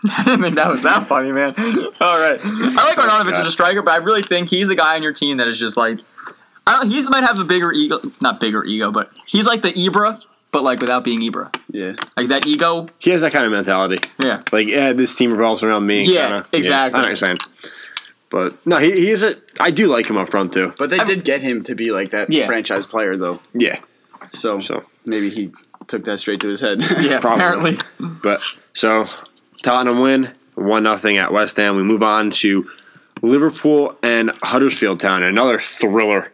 [SPEAKER 2] <laughs> I didn't think that was that funny, man. All right, I
[SPEAKER 3] Oh
[SPEAKER 2] like Arnautovic as a striker, but I really think he's the guy on your team that is just like, I don't. He's might have a bigger ego, not bigger ego, but he's like the Ibra, but like without being Ibra,
[SPEAKER 1] yeah.
[SPEAKER 2] like that ego.
[SPEAKER 3] He has that kind of mentality.
[SPEAKER 2] Yeah,
[SPEAKER 3] Like, yeah, this team revolves around me.
[SPEAKER 2] Yeah,
[SPEAKER 3] kinda.
[SPEAKER 2] exactly.
[SPEAKER 3] I know what you're saying. But no, he, he is a. I do like him up front too.
[SPEAKER 1] But they
[SPEAKER 2] I-
[SPEAKER 1] did get him to be like that
[SPEAKER 2] Yeah.
[SPEAKER 1] franchise player though.
[SPEAKER 3] Yeah.
[SPEAKER 1] So,
[SPEAKER 3] So,
[SPEAKER 1] maybe he took that straight to his head.
[SPEAKER 2] <laughs> yeah.
[SPEAKER 3] Probably.
[SPEAKER 2] Apparently,
[SPEAKER 3] but so Tottenham win one nothing at West Ham. We move on to Liverpool and Huddersfield Town. Another thriller.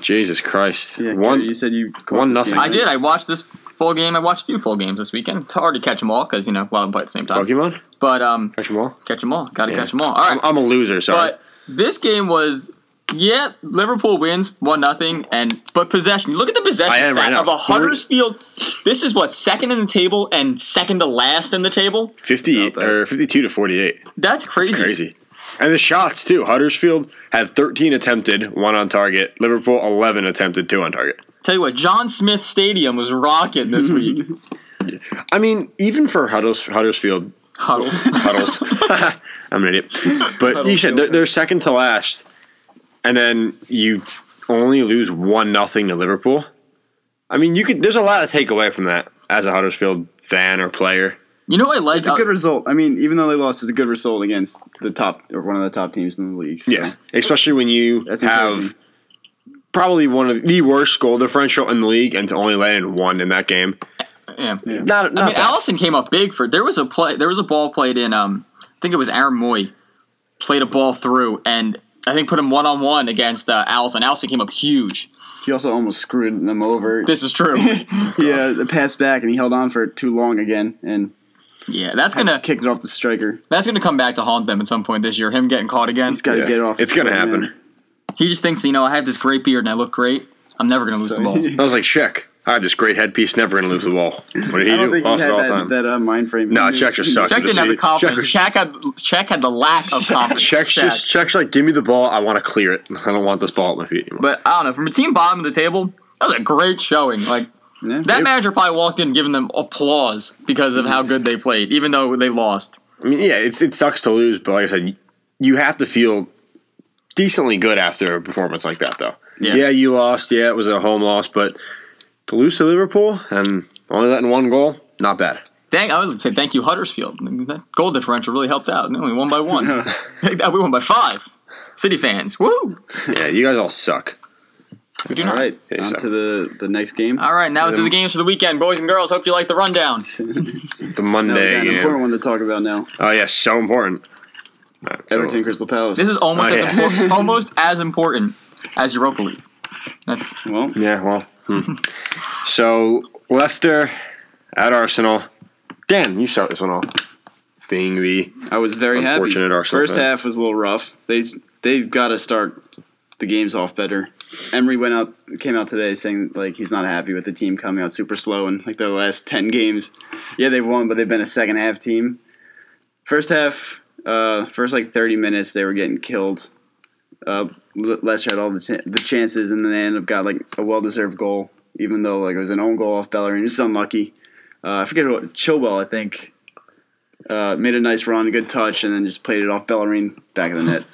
[SPEAKER 3] Jesus Christ.
[SPEAKER 1] <laughs> Yeah,
[SPEAKER 3] one.
[SPEAKER 1] Gary, you said you caught
[SPEAKER 3] one
[SPEAKER 1] this
[SPEAKER 3] nothing.
[SPEAKER 1] game.
[SPEAKER 2] I did. I watched this full game. I watched a few full games this weekend. It's hard to catch them all because you know a lot of them play at the same time.
[SPEAKER 3] Pokemon.
[SPEAKER 2] But um,
[SPEAKER 3] Catch 'em all.
[SPEAKER 2] catch them all. Got to
[SPEAKER 3] Yeah.
[SPEAKER 2] catch them all. All right.
[SPEAKER 3] I'm, I'm a loser. Sorry.
[SPEAKER 2] But this game was yeah, Liverpool wins one nothing, and but possession. Look at the
[SPEAKER 3] I
[SPEAKER 2] possession
[SPEAKER 3] am
[SPEAKER 2] stat
[SPEAKER 3] right now.
[SPEAKER 2] of a Huddersfield. This is what second in the table and second to last in the table.
[SPEAKER 3] Fifty or fifty-two to forty-eight.
[SPEAKER 2] That's crazy.
[SPEAKER 3] Crazy. And the shots too. Huddersfield had 13 attempted, one on target. Liverpool 11 attempted, two on target.
[SPEAKER 2] Tell you what, John Smith Stadium was rocking
[SPEAKER 3] <laughs>
[SPEAKER 2] this week.
[SPEAKER 3] I mean, even for Hudders, Huddersfield, <laughs>
[SPEAKER 2] Huddles.
[SPEAKER 1] <laughs>
[SPEAKER 3] Huddles. I'm an idiot. But you said they're, they're second to last, and then you only lose one nothing to Liverpool. I mean, you could. There's a lot to take away from that as a Huddersfield fan or player.
[SPEAKER 2] You know what I like?
[SPEAKER 1] It's a good result. I mean, even though they lost, it's a good result against the top or one of the top teams in the league. so.
[SPEAKER 3] Yeah, especially when you
[SPEAKER 1] That's
[SPEAKER 3] have
[SPEAKER 1] important.
[SPEAKER 3] probably one of the worst goal differential in the league, and to only let in one in that game.
[SPEAKER 2] yeah.
[SPEAKER 1] Yeah.
[SPEAKER 3] Not, not
[SPEAKER 2] I mean,
[SPEAKER 3] bad.
[SPEAKER 2] Allison came up big for. There was a play. There was a ball played in. Um, I think it was Aaron Moy played a ball through, and I think put him one on one against uh, Allison. Allison came up huge.
[SPEAKER 1] He also almost screwed them over.
[SPEAKER 2] This
[SPEAKER 1] <laughs>
[SPEAKER 2] is true.
[SPEAKER 1] yeah, the pass back, and he held on for too long again, and
[SPEAKER 2] yeah, that's gonna
[SPEAKER 1] kicked it off the striker.
[SPEAKER 2] that's gonna come back to haunt them at some point this year. Him getting caught again.
[SPEAKER 1] He's got to
[SPEAKER 3] Yeah.
[SPEAKER 1] get it off.
[SPEAKER 3] It's
[SPEAKER 1] his
[SPEAKER 3] gonna
[SPEAKER 1] plate,
[SPEAKER 3] happen.
[SPEAKER 1] man.
[SPEAKER 2] He just thinks, you know, I have this great beard and I look great. I'm never gonna lose the
[SPEAKER 1] So- <laughs>
[SPEAKER 2] ball.
[SPEAKER 3] I was like, check. I had this great headpiece, never gonna lose the ball. What did
[SPEAKER 1] I
[SPEAKER 3] he
[SPEAKER 1] don't
[SPEAKER 3] do?
[SPEAKER 1] think
[SPEAKER 3] Lost
[SPEAKER 1] he had
[SPEAKER 3] it all the
[SPEAKER 1] that,
[SPEAKER 3] time.
[SPEAKER 1] that uh, mind frame.
[SPEAKER 3] No, Czech just sucks.
[SPEAKER 2] Check didn't have the
[SPEAKER 3] Check-
[SPEAKER 2] confidence. Check had Check had the lack of confidence.
[SPEAKER 3] Check's
[SPEAKER 2] Shaq.
[SPEAKER 3] just check's like, give me the ball. I want to clear it. I don't want this ball at my feet anymore.
[SPEAKER 2] But I don't know. From a team bottom of the table, that was a great showing. Like
[SPEAKER 1] <laughs> Yeah.
[SPEAKER 2] that manager probably walked in giving them applause because of how good they played, even though they lost.
[SPEAKER 3] I mean, yeah, it's it sucks to lose, but like I said, you have to feel decently good after a performance like that, though.
[SPEAKER 2] Yeah.
[SPEAKER 3] Yeah, you lost. Yeah, it was a home loss, but to lose to Liverpool and only letting one goal, not bad.
[SPEAKER 2] Dang, I would say thank you, Huddersfield. I mean, that goal differential really helped out. No, we won by
[SPEAKER 1] <laughs>
[SPEAKER 2] one. <laughs> That we won by five. City fans, woo!
[SPEAKER 3] Yeah, you guys all suck.
[SPEAKER 2] Would you
[SPEAKER 1] All
[SPEAKER 2] not?
[SPEAKER 1] right,
[SPEAKER 3] Okay,
[SPEAKER 1] on
[SPEAKER 3] so-
[SPEAKER 1] to the, the next game.
[SPEAKER 2] All right, now it's the games for the weekend, boys and girls. Hope you like the rundown.
[SPEAKER 3] The
[SPEAKER 1] Now we got
[SPEAKER 3] Monday
[SPEAKER 1] an important
[SPEAKER 3] game.
[SPEAKER 1] one to talk about now.
[SPEAKER 3] Oh yeah, so important. All right, so-
[SPEAKER 1] Everton Crystal Palace.
[SPEAKER 2] This is almost
[SPEAKER 3] Oh,
[SPEAKER 2] as
[SPEAKER 1] <laughs>
[SPEAKER 3] yeah.
[SPEAKER 2] important, almost as important as Europa League. That's
[SPEAKER 1] well,
[SPEAKER 3] Yeah, well.
[SPEAKER 1] <laughs>
[SPEAKER 3] hmm. so Leicester at Arsenal. Dan, you start this one off. Being the
[SPEAKER 1] I was very happy.
[SPEAKER 3] Unfortunate Arsenal
[SPEAKER 1] First
[SPEAKER 3] fan.
[SPEAKER 1] half was a little rough. They they've got to start the games off better. Emery went out came out today saying like he's not happy with the team coming out super slow in like the last ten games. Yeah, they've won, but they've been a second half team. First half, uh, first like thirty minutes, they were getting killed. Uh, Le- Leicester had all the, ch- the chances, and then they ended up got like a well deserved goal, even though like it was an own goal off Bellerin. Just unlucky. Uh, I forget what Chilwell, I think, uh, made a nice run, good touch, and then just played it off Bellerin back of the
[SPEAKER 3] <laughs>
[SPEAKER 1] net.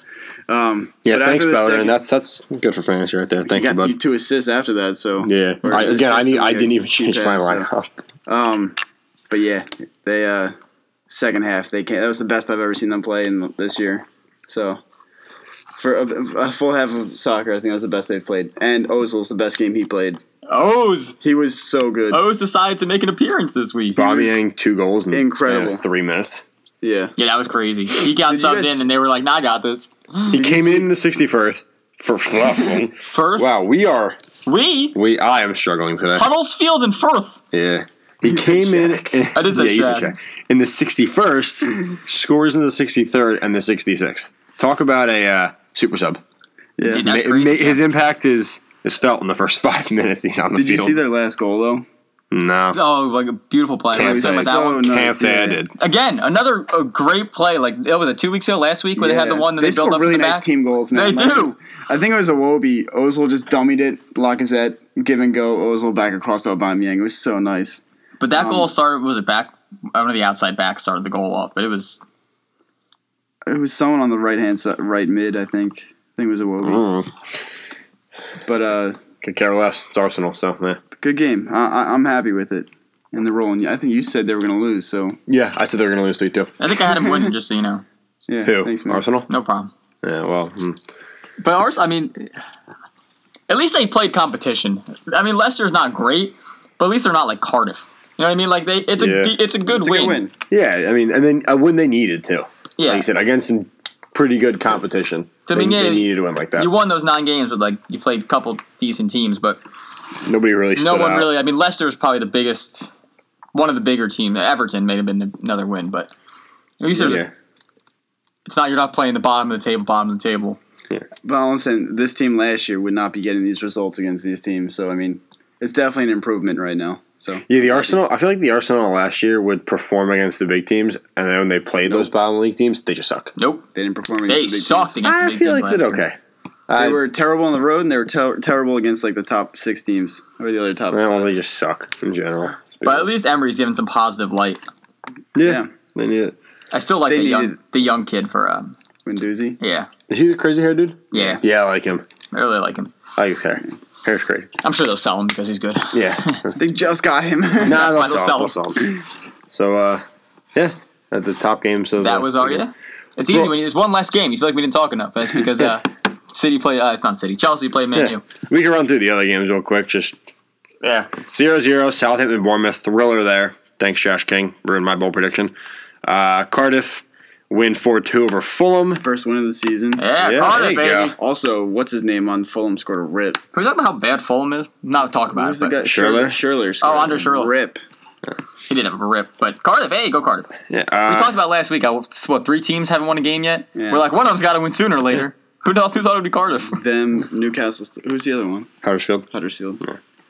[SPEAKER 1] Um,
[SPEAKER 3] yeah,
[SPEAKER 1] but after
[SPEAKER 3] thanks,
[SPEAKER 1] the
[SPEAKER 3] Bellerin.
[SPEAKER 1] second-
[SPEAKER 3] That's that's good for fantasy right there.
[SPEAKER 1] you
[SPEAKER 3] Thank you,
[SPEAKER 1] got
[SPEAKER 3] bud.
[SPEAKER 1] you two assists after that, so
[SPEAKER 3] Yeah.
[SPEAKER 1] Or
[SPEAKER 3] I, again, I, need, I
[SPEAKER 1] assistant,
[SPEAKER 3] didn't
[SPEAKER 1] yeah,
[SPEAKER 3] even change my
[SPEAKER 1] so-
[SPEAKER 3] lineup.
[SPEAKER 1] Um, but yeah, they uh, second half they came. That was the best I've ever seen them play in this year. So for a, a full half of soccer, I think that's the best they've played. And Ozil's the best game he played.
[SPEAKER 2] O's.
[SPEAKER 1] He was so good.
[SPEAKER 2] O's decided to make an appearance this week.
[SPEAKER 3] Aubameyang two goals in the span of
[SPEAKER 1] incredible.
[SPEAKER 3] three minutes.
[SPEAKER 1] Yeah,
[SPEAKER 2] Yeah, that was crazy. He got
[SPEAKER 1] Did you
[SPEAKER 2] subbed
[SPEAKER 1] guys-
[SPEAKER 2] in, and they were like, "Nah, I got this."
[SPEAKER 3] He
[SPEAKER 1] you
[SPEAKER 3] came
[SPEAKER 1] see-
[SPEAKER 3] in the sixty first for <laughs> Fluff.
[SPEAKER 2] Firth,
[SPEAKER 3] wow, we are
[SPEAKER 2] we
[SPEAKER 3] we I am struggling today.
[SPEAKER 2] Huddlesfield and Firth.
[SPEAKER 3] Yeah. He came in.
[SPEAKER 2] I did say
[SPEAKER 3] yeah, you said
[SPEAKER 2] Shaq.
[SPEAKER 3] Shaq. in the sixty first, scores in the sixty third and the sixty sixth. Talk about a uh, super sub.
[SPEAKER 1] yeah.
[SPEAKER 2] Did That's
[SPEAKER 3] Ma-
[SPEAKER 2] crazy.
[SPEAKER 3] ma- his impact is is felt in the first <laughs> five minutes he's on the
[SPEAKER 1] Did you
[SPEAKER 3] field.
[SPEAKER 1] see their last goal though?
[SPEAKER 3] no,
[SPEAKER 2] Oh, like a beautiful play.
[SPEAKER 3] Can't
[SPEAKER 2] Like,
[SPEAKER 3] say.
[SPEAKER 2] something like that
[SPEAKER 1] So
[SPEAKER 2] one.
[SPEAKER 1] nice.
[SPEAKER 3] can't say I
[SPEAKER 1] yeah.
[SPEAKER 3] did.
[SPEAKER 2] Again, another a great play. Like it was it two weeks ago, last week, where they had
[SPEAKER 1] Yeah.
[SPEAKER 2] the one that they, built
[SPEAKER 1] scored
[SPEAKER 2] up
[SPEAKER 1] really
[SPEAKER 2] from the
[SPEAKER 1] nice
[SPEAKER 2] back.
[SPEAKER 1] team goals, man.
[SPEAKER 2] They do.
[SPEAKER 1] it's- I think it was a Wobie. Ozil just dummied it. Lacazette, give and go. Ozil back across to Aubameyang. It was so nice.
[SPEAKER 2] But
[SPEAKER 1] Um,
[SPEAKER 2] that goal started was it back? One of the outside back started the goal off, but it was
[SPEAKER 1] It was someone on the right hand side, right mid. I think. I think it was a Wobie.
[SPEAKER 3] Mm.
[SPEAKER 1] But uh,
[SPEAKER 3] Could care less. It's Arsenal, so yeah.
[SPEAKER 1] good game. I, I, I'm happy with it. And the rolling. I think you said they were going to lose. So
[SPEAKER 3] Yeah, I said they're gonna lose three two.
[SPEAKER 2] I think I had him
[SPEAKER 1] <laughs>
[SPEAKER 2] winning, just so you know,
[SPEAKER 1] yeah.
[SPEAKER 3] Who?
[SPEAKER 1] Thanks, man.
[SPEAKER 3] Arsenal?
[SPEAKER 2] no problem.
[SPEAKER 3] Yeah, well, hmm.
[SPEAKER 2] But ours, I mean, at least they played competition. I mean, Leicester's not great, but at least they're not like Cardiff. You know what I mean? Like they, it's a
[SPEAKER 3] Yeah.
[SPEAKER 2] de- it's a good
[SPEAKER 1] It's a
[SPEAKER 2] win.
[SPEAKER 1] good win.
[SPEAKER 3] yeah. I mean, and then uh, when they needed to,
[SPEAKER 2] Yeah,
[SPEAKER 3] like you said, against some pretty good competition,
[SPEAKER 2] I
[SPEAKER 3] they,
[SPEAKER 2] mean, yeah,
[SPEAKER 3] they needed to win like that.
[SPEAKER 2] you won those nine games with like you played a couple decent teams, but
[SPEAKER 3] Nobody really.
[SPEAKER 2] no
[SPEAKER 3] stood
[SPEAKER 2] one
[SPEAKER 3] out.
[SPEAKER 2] really. I mean, Leicester was probably the biggest, one of the bigger teams. Everton may have been another win, but at least there's
[SPEAKER 3] Yeah.
[SPEAKER 2] it's not you're not playing the bottom of the table, bottom of the table.
[SPEAKER 1] But all I'm saying, this team last year would not be getting these results against these teams. So I mean, it's definitely an improvement right now. So
[SPEAKER 3] Yeah, the Arsenal. I feel like the Arsenal last year would perform against the big teams, and then when they played those bottom league teams, they just suck.
[SPEAKER 2] Nope,
[SPEAKER 1] they didn't perform against
[SPEAKER 2] they
[SPEAKER 1] the big
[SPEAKER 2] sucked
[SPEAKER 1] teams.
[SPEAKER 2] against the
[SPEAKER 3] I
[SPEAKER 2] big
[SPEAKER 3] feel
[SPEAKER 2] teams
[SPEAKER 3] like they're
[SPEAKER 2] last year.
[SPEAKER 3] okay. I,
[SPEAKER 1] They were terrible on the road, and they were ter- terrible against like the top six teams or the other top.
[SPEAKER 3] well,
[SPEAKER 1] five.
[SPEAKER 3] they just suck in general.
[SPEAKER 2] But at least Emery's given some positive light.
[SPEAKER 3] yeah,
[SPEAKER 1] yeah.
[SPEAKER 3] they need it.
[SPEAKER 2] I still like
[SPEAKER 1] They
[SPEAKER 2] the young
[SPEAKER 1] needed-
[SPEAKER 2] the young kid for um
[SPEAKER 1] Windoozy.
[SPEAKER 2] yeah
[SPEAKER 3] Is he the crazy hair dude?
[SPEAKER 2] yeah
[SPEAKER 3] Yeah, I like him.
[SPEAKER 2] I really like him.
[SPEAKER 3] I like his hair. Hair's crazy.
[SPEAKER 2] I'm sure they'll sell him because he's good.
[SPEAKER 3] Yeah,
[SPEAKER 1] They just got him.
[SPEAKER 3] <laughs> nah,
[SPEAKER 2] why
[SPEAKER 3] they'll
[SPEAKER 2] they'll
[SPEAKER 3] sell him. They'll sell him. So, uh, Yeah, at the top games of
[SPEAKER 2] That
[SPEAKER 3] the-
[SPEAKER 2] was our yeah. It's easy
[SPEAKER 3] Well-
[SPEAKER 2] when you, there's one less game. You feel like we didn't talk enough. That's because uh, City played. Uh, it's not City. Chelsea played Man
[SPEAKER 3] Yeah.
[SPEAKER 2] U.
[SPEAKER 3] We can run through the other games real quick. Just
[SPEAKER 2] Yeah.
[SPEAKER 3] 0 0, Southampton, Bournemouth, thriller there. Thanks, Josh King. Ruined my bowl prediction. Uh, Cardiff win 4 2 over Fulham. Uh,
[SPEAKER 1] First win of the season.
[SPEAKER 2] Yeah.
[SPEAKER 3] Yeah,
[SPEAKER 2] Cardiff,
[SPEAKER 3] there you
[SPEAKER 2] baby.
[SPEAKER 3] go.
[SPEAKER 1] Also, what's his name on Fulham scored a rip.
[SPEAKER 2] Can we talk about how bad Fulham is? Not talk about
[SPEAKER 1] Who's the
[SPEAKER 2] it. But
[SPEAKER 1] guy?
[SPEAKER 3] Schürrle?
[SPEAKER 1] Schurler. scored
[SPEAKER 2] Oh, Andre
[SPEAKER 1] a
[SPEAKER 2] Schürrle.
[SPEAKER 1] Rip.
[SPEAKER 2] He did have a rip. But Cardiff, hey, go Cardiff.
[SPEAKER 3] Yeah,
[SPEAKER 2] We
[SPEAKER 3] uh,
[SPEAKER 2] talked about last week. How, what three teams haven't won a game yet?
[SPEAKER 1] Yeah.
[SPEAKER 2] We're like one of them's got to win sooner or later. Who the hell thought it would be Cardiff?
[SPEAKER 1] Them, Newcastle. st- Who's the other one?
[SPEAKER 3] Huddersfield.
[SPEAKER 1] Huddersfield.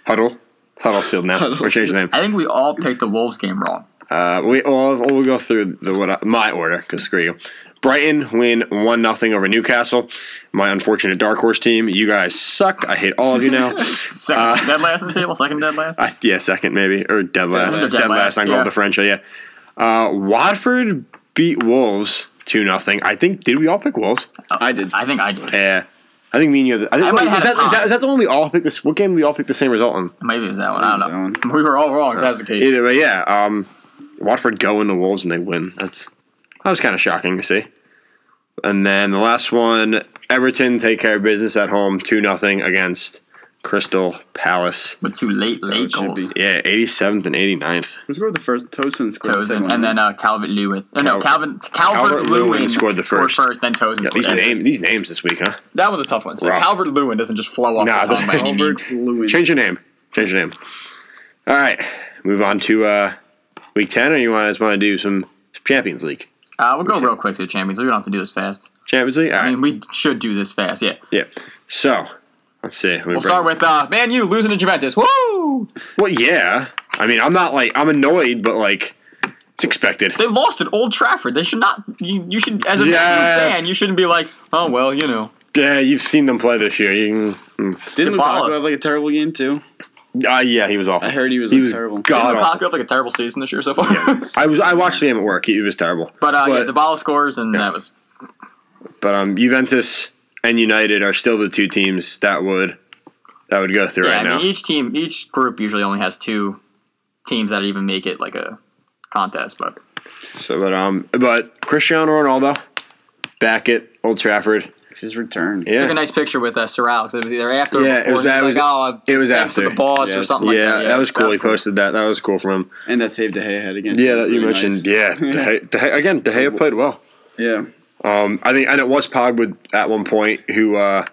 [SPEAKER 3] Huddle. Huddlefield now. We're changing the name.
[SPEAKER 2] I think we all picked the Wolves game wrong.
[SPEAKER 3] Uh, we well, we'll we'll go through the what I, my order because screw you. Brighton win one nothing over Newcastle. My unfortunate dark horse team. You guys suck. I hate all of you now.
[SPEAKER 2] <laughs> Second
[SPEAKER 3] Uh,
[SPEAKER 2] dead last in the table. Second dead last.
[SPEAKER 3] <laughs> I, yeah, second maybe or dead last.
[SPEAKER 2] last.
[SPEAKER 3] Dead,
[SPEAKER 2] Dead
[SPEAKER 3] last.
[SPEAKER 2] last,
[SPEAKER 3] I'm going
[SPEAKER 2] yeah.
[SPEAKER 3] differential. Yeah. Uh, Watford beat Wolves two nothing. I think. Did we all pick Wolves?
[SPEAKER 1] I did.
[SPEAKER 2] I think I did.
[SPEAKER 3] Yeah. I think me and you. Have, I think,
[SPEAKER 2] I might
[SPEAKER 3] wait, is,
[SPEAKER 2] have
[SPEAKER 3] that,
[SPEAKER 2] had a
[SPEAKER 3] is,
[SPEAKER 2] tie.
[SPEAKER 3] that, is that the one we all picked? This what game we all picked the same result on?
[SPEAKER 2] Maybe it was that one. I
[SPEAKER 1] Maybe
[SPEAKER 2] don't
[SPEAKER 1] that
[SPEAKER 2] know. We were all wrong. If that's the case.
[SPEAKER 3] Either way, yeah. Um, Watford go into Wolves and they win. That's that was kind of shocking to see. And then the last one, Everton take care of business at home, two nothing against Crystal Palace.
[SPEAKER 2] But two late, late
[SPEAKER 1] it should
[SPEAKER 2] goals.
[SPEAKER 1] be.
[SPEAKER 3] Yeah, 87th and 89th.
[SPEAKER 1] Who scored the first? Tosin scored the second
[SPEAKER 2] Tozen and then uh, Calvert Lewin. Oh, no, Calvin Calvert Lewin
[SPEAKER 3] scored the first.
[SPEAKER 2] Then Tozen
[SPEAKER 3] Yeah,
[SPEAKER 2] scored
[SPEAKER 3] these,
[SPEAKER 2] second.
[SPEAKER 3] name, these names this week, huh?
[SPEAKER 2] That was a tough one. So
[SPEAKER 3] Rough.
[SPEAKER 2] Calvert Lewin doesn't just flow off
[SPEAKER 3] Nah,
[SPEAKER 2] the tongue by any means.
[SPEAKER 1] Albert Lewin.
[SPEAKER 3] Change your name. Change your name. All right, move on to uh, week 10, or you guys want to do some Champions League?
[SPEAKER 2] Uh, we'll go real quick to the Champions. League. We don't have to do this fast.
[SPEAKER 3] Champions League? All
[SPEAKER 2] I
[SPEAKER 3] right.
[SPEAKER 1] Mm.
[SPEAKER 2] mean, we should do this fast. Yeah,
[SPEAKER 3] Yeah. So, let's see. Let me
[SPEAKER 2] we'll
[SPEAKER 3] bring-
[SPEAKER 2] start with uh, Man U losing to Juventus. Woo!
[SPEAKER 3] Well, yeah. I mean, I'm not like I'm annoyed, but like it's expected.
[SPEAKER 2] They lost at Old Trafford. They should not. You, you should, as a Man U
[SPEAKER 3] Yeah.
[SPEAKER 2] fan, you shouldn't be like, oh well, you know.
[SPEAKER 3] Yeah, you've seen them play this year. You can, mm.
[SPEAKER 1] Didn't
[SPEAKER 2] Dybala.
[SPEAKER 1] Lukaku have like a terrible game too?
[SPEAKER 3] uh, yeah, he was awful.
[SPEAKER 1] I heard he was,
[SPEAKER 3] He
[SPEAKER 1] like,
[SPEAKER 3] was
[SPEAKER 1] terrible.
[SPEAKER 3] god
[SPEAKER 2] Didn't Lukaku
[SPEAKER 3] awful.
[SPEAKER 2] have like a terrible season this year so far.
[SPEAKER 3] I was I watched the game at work. He, he was terrible.
[SPEAKER 2] <laughs> but uh, yeah,
[SPEAKER 3] But-
[SPEAKER 2] Dybala scores, and that was
[SPEAKER 3] But um, Juventus and United are still the two teams that would that would go through
[SPEAKER 2] Yeah,
[SPEAKER 3] right
[SPEAKER 2] I mean,
[SPEAKER 3] now.
[SPEAKER 2] each team, each group usually only has two teams that even make it like a contest. But
[SPEAKER 3] So, but um, but Cristiano Ronaldo back at Old Trafford.
[SPEAKER 1] It's his return.
[SPEAKER 3] Yeah.
[SPEAKER 2] took a nice picture with uh, Sir Alex. It was either after or
[SPEAKER 3] Yeah, it
[SPEAKER 2] before. and
[SPEAKER 3] was-
[SPEAKER 2] he
[SPEAKER 3] that was-
[SPEAKER 2] like, oh,
[SPEAKER 3] it was
[SPEAKER 2] thanks
[SPEAKER 3] after.
[SPEAKER 2] to the boss
[SPEAKER 1] Yeah,
[SPEAKER 2] or something
[SPEAKER 3] yeah,
[SPEAKER 2] like that.
[SPEAKER 3] that, was cool. he posted that. That was cool from him.
[SPEAKER 1] And that saved De Gea head against.
[SPEAKER 3] Yeah,
[SPEAKER 1] him.
[SPEAKER 3] that you
[SPEAKER 1] Really nice.
[SPEAKER 3] mentioned. Yeah, De Gea, De Gea, again, De Gea played well.
[SPEAKER 1] Yeah.
[SPEAKER 3] Um, I think, and it was Pogba at one point who uh,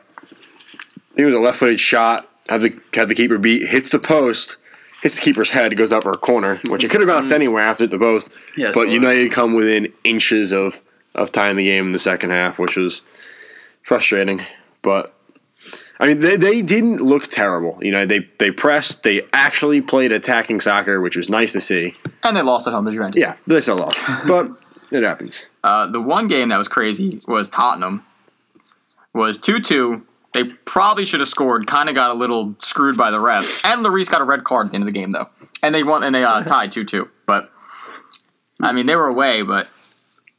[SPEAKER 3] he was a left-footed shot had the had the keeper beat, hits the post, hits the keeper's head, goes out for a corner, which it could have bounced anywhere after the post.
[SPEAKER 1] Yes,
[SPEAKER 3] but
[SPEAKER 1] it
[SPEAKER 3] United come within inches of of tying the game in the second half, which was frustrating. But I mean, they, they didn't look terrible. You know, they they pressed, they actually played attacking soccer, which was nice to see.
[SPEAKER 2] and they lost at home to Juventus.
[SPEAKER 3] Yeah, they still lost, but it happens.
[SPEAKER 2] Uh, the one game that was crazy was Tottenham. Was two two. They probably should have scored. Kind of got a little screwed by the refs. And Lloris got a red card at the end of the game though, and they won and they
[SPEAKER 3] <laughs>
[SPEAKER 2] uh, tied two two. But I mean, they were away, but.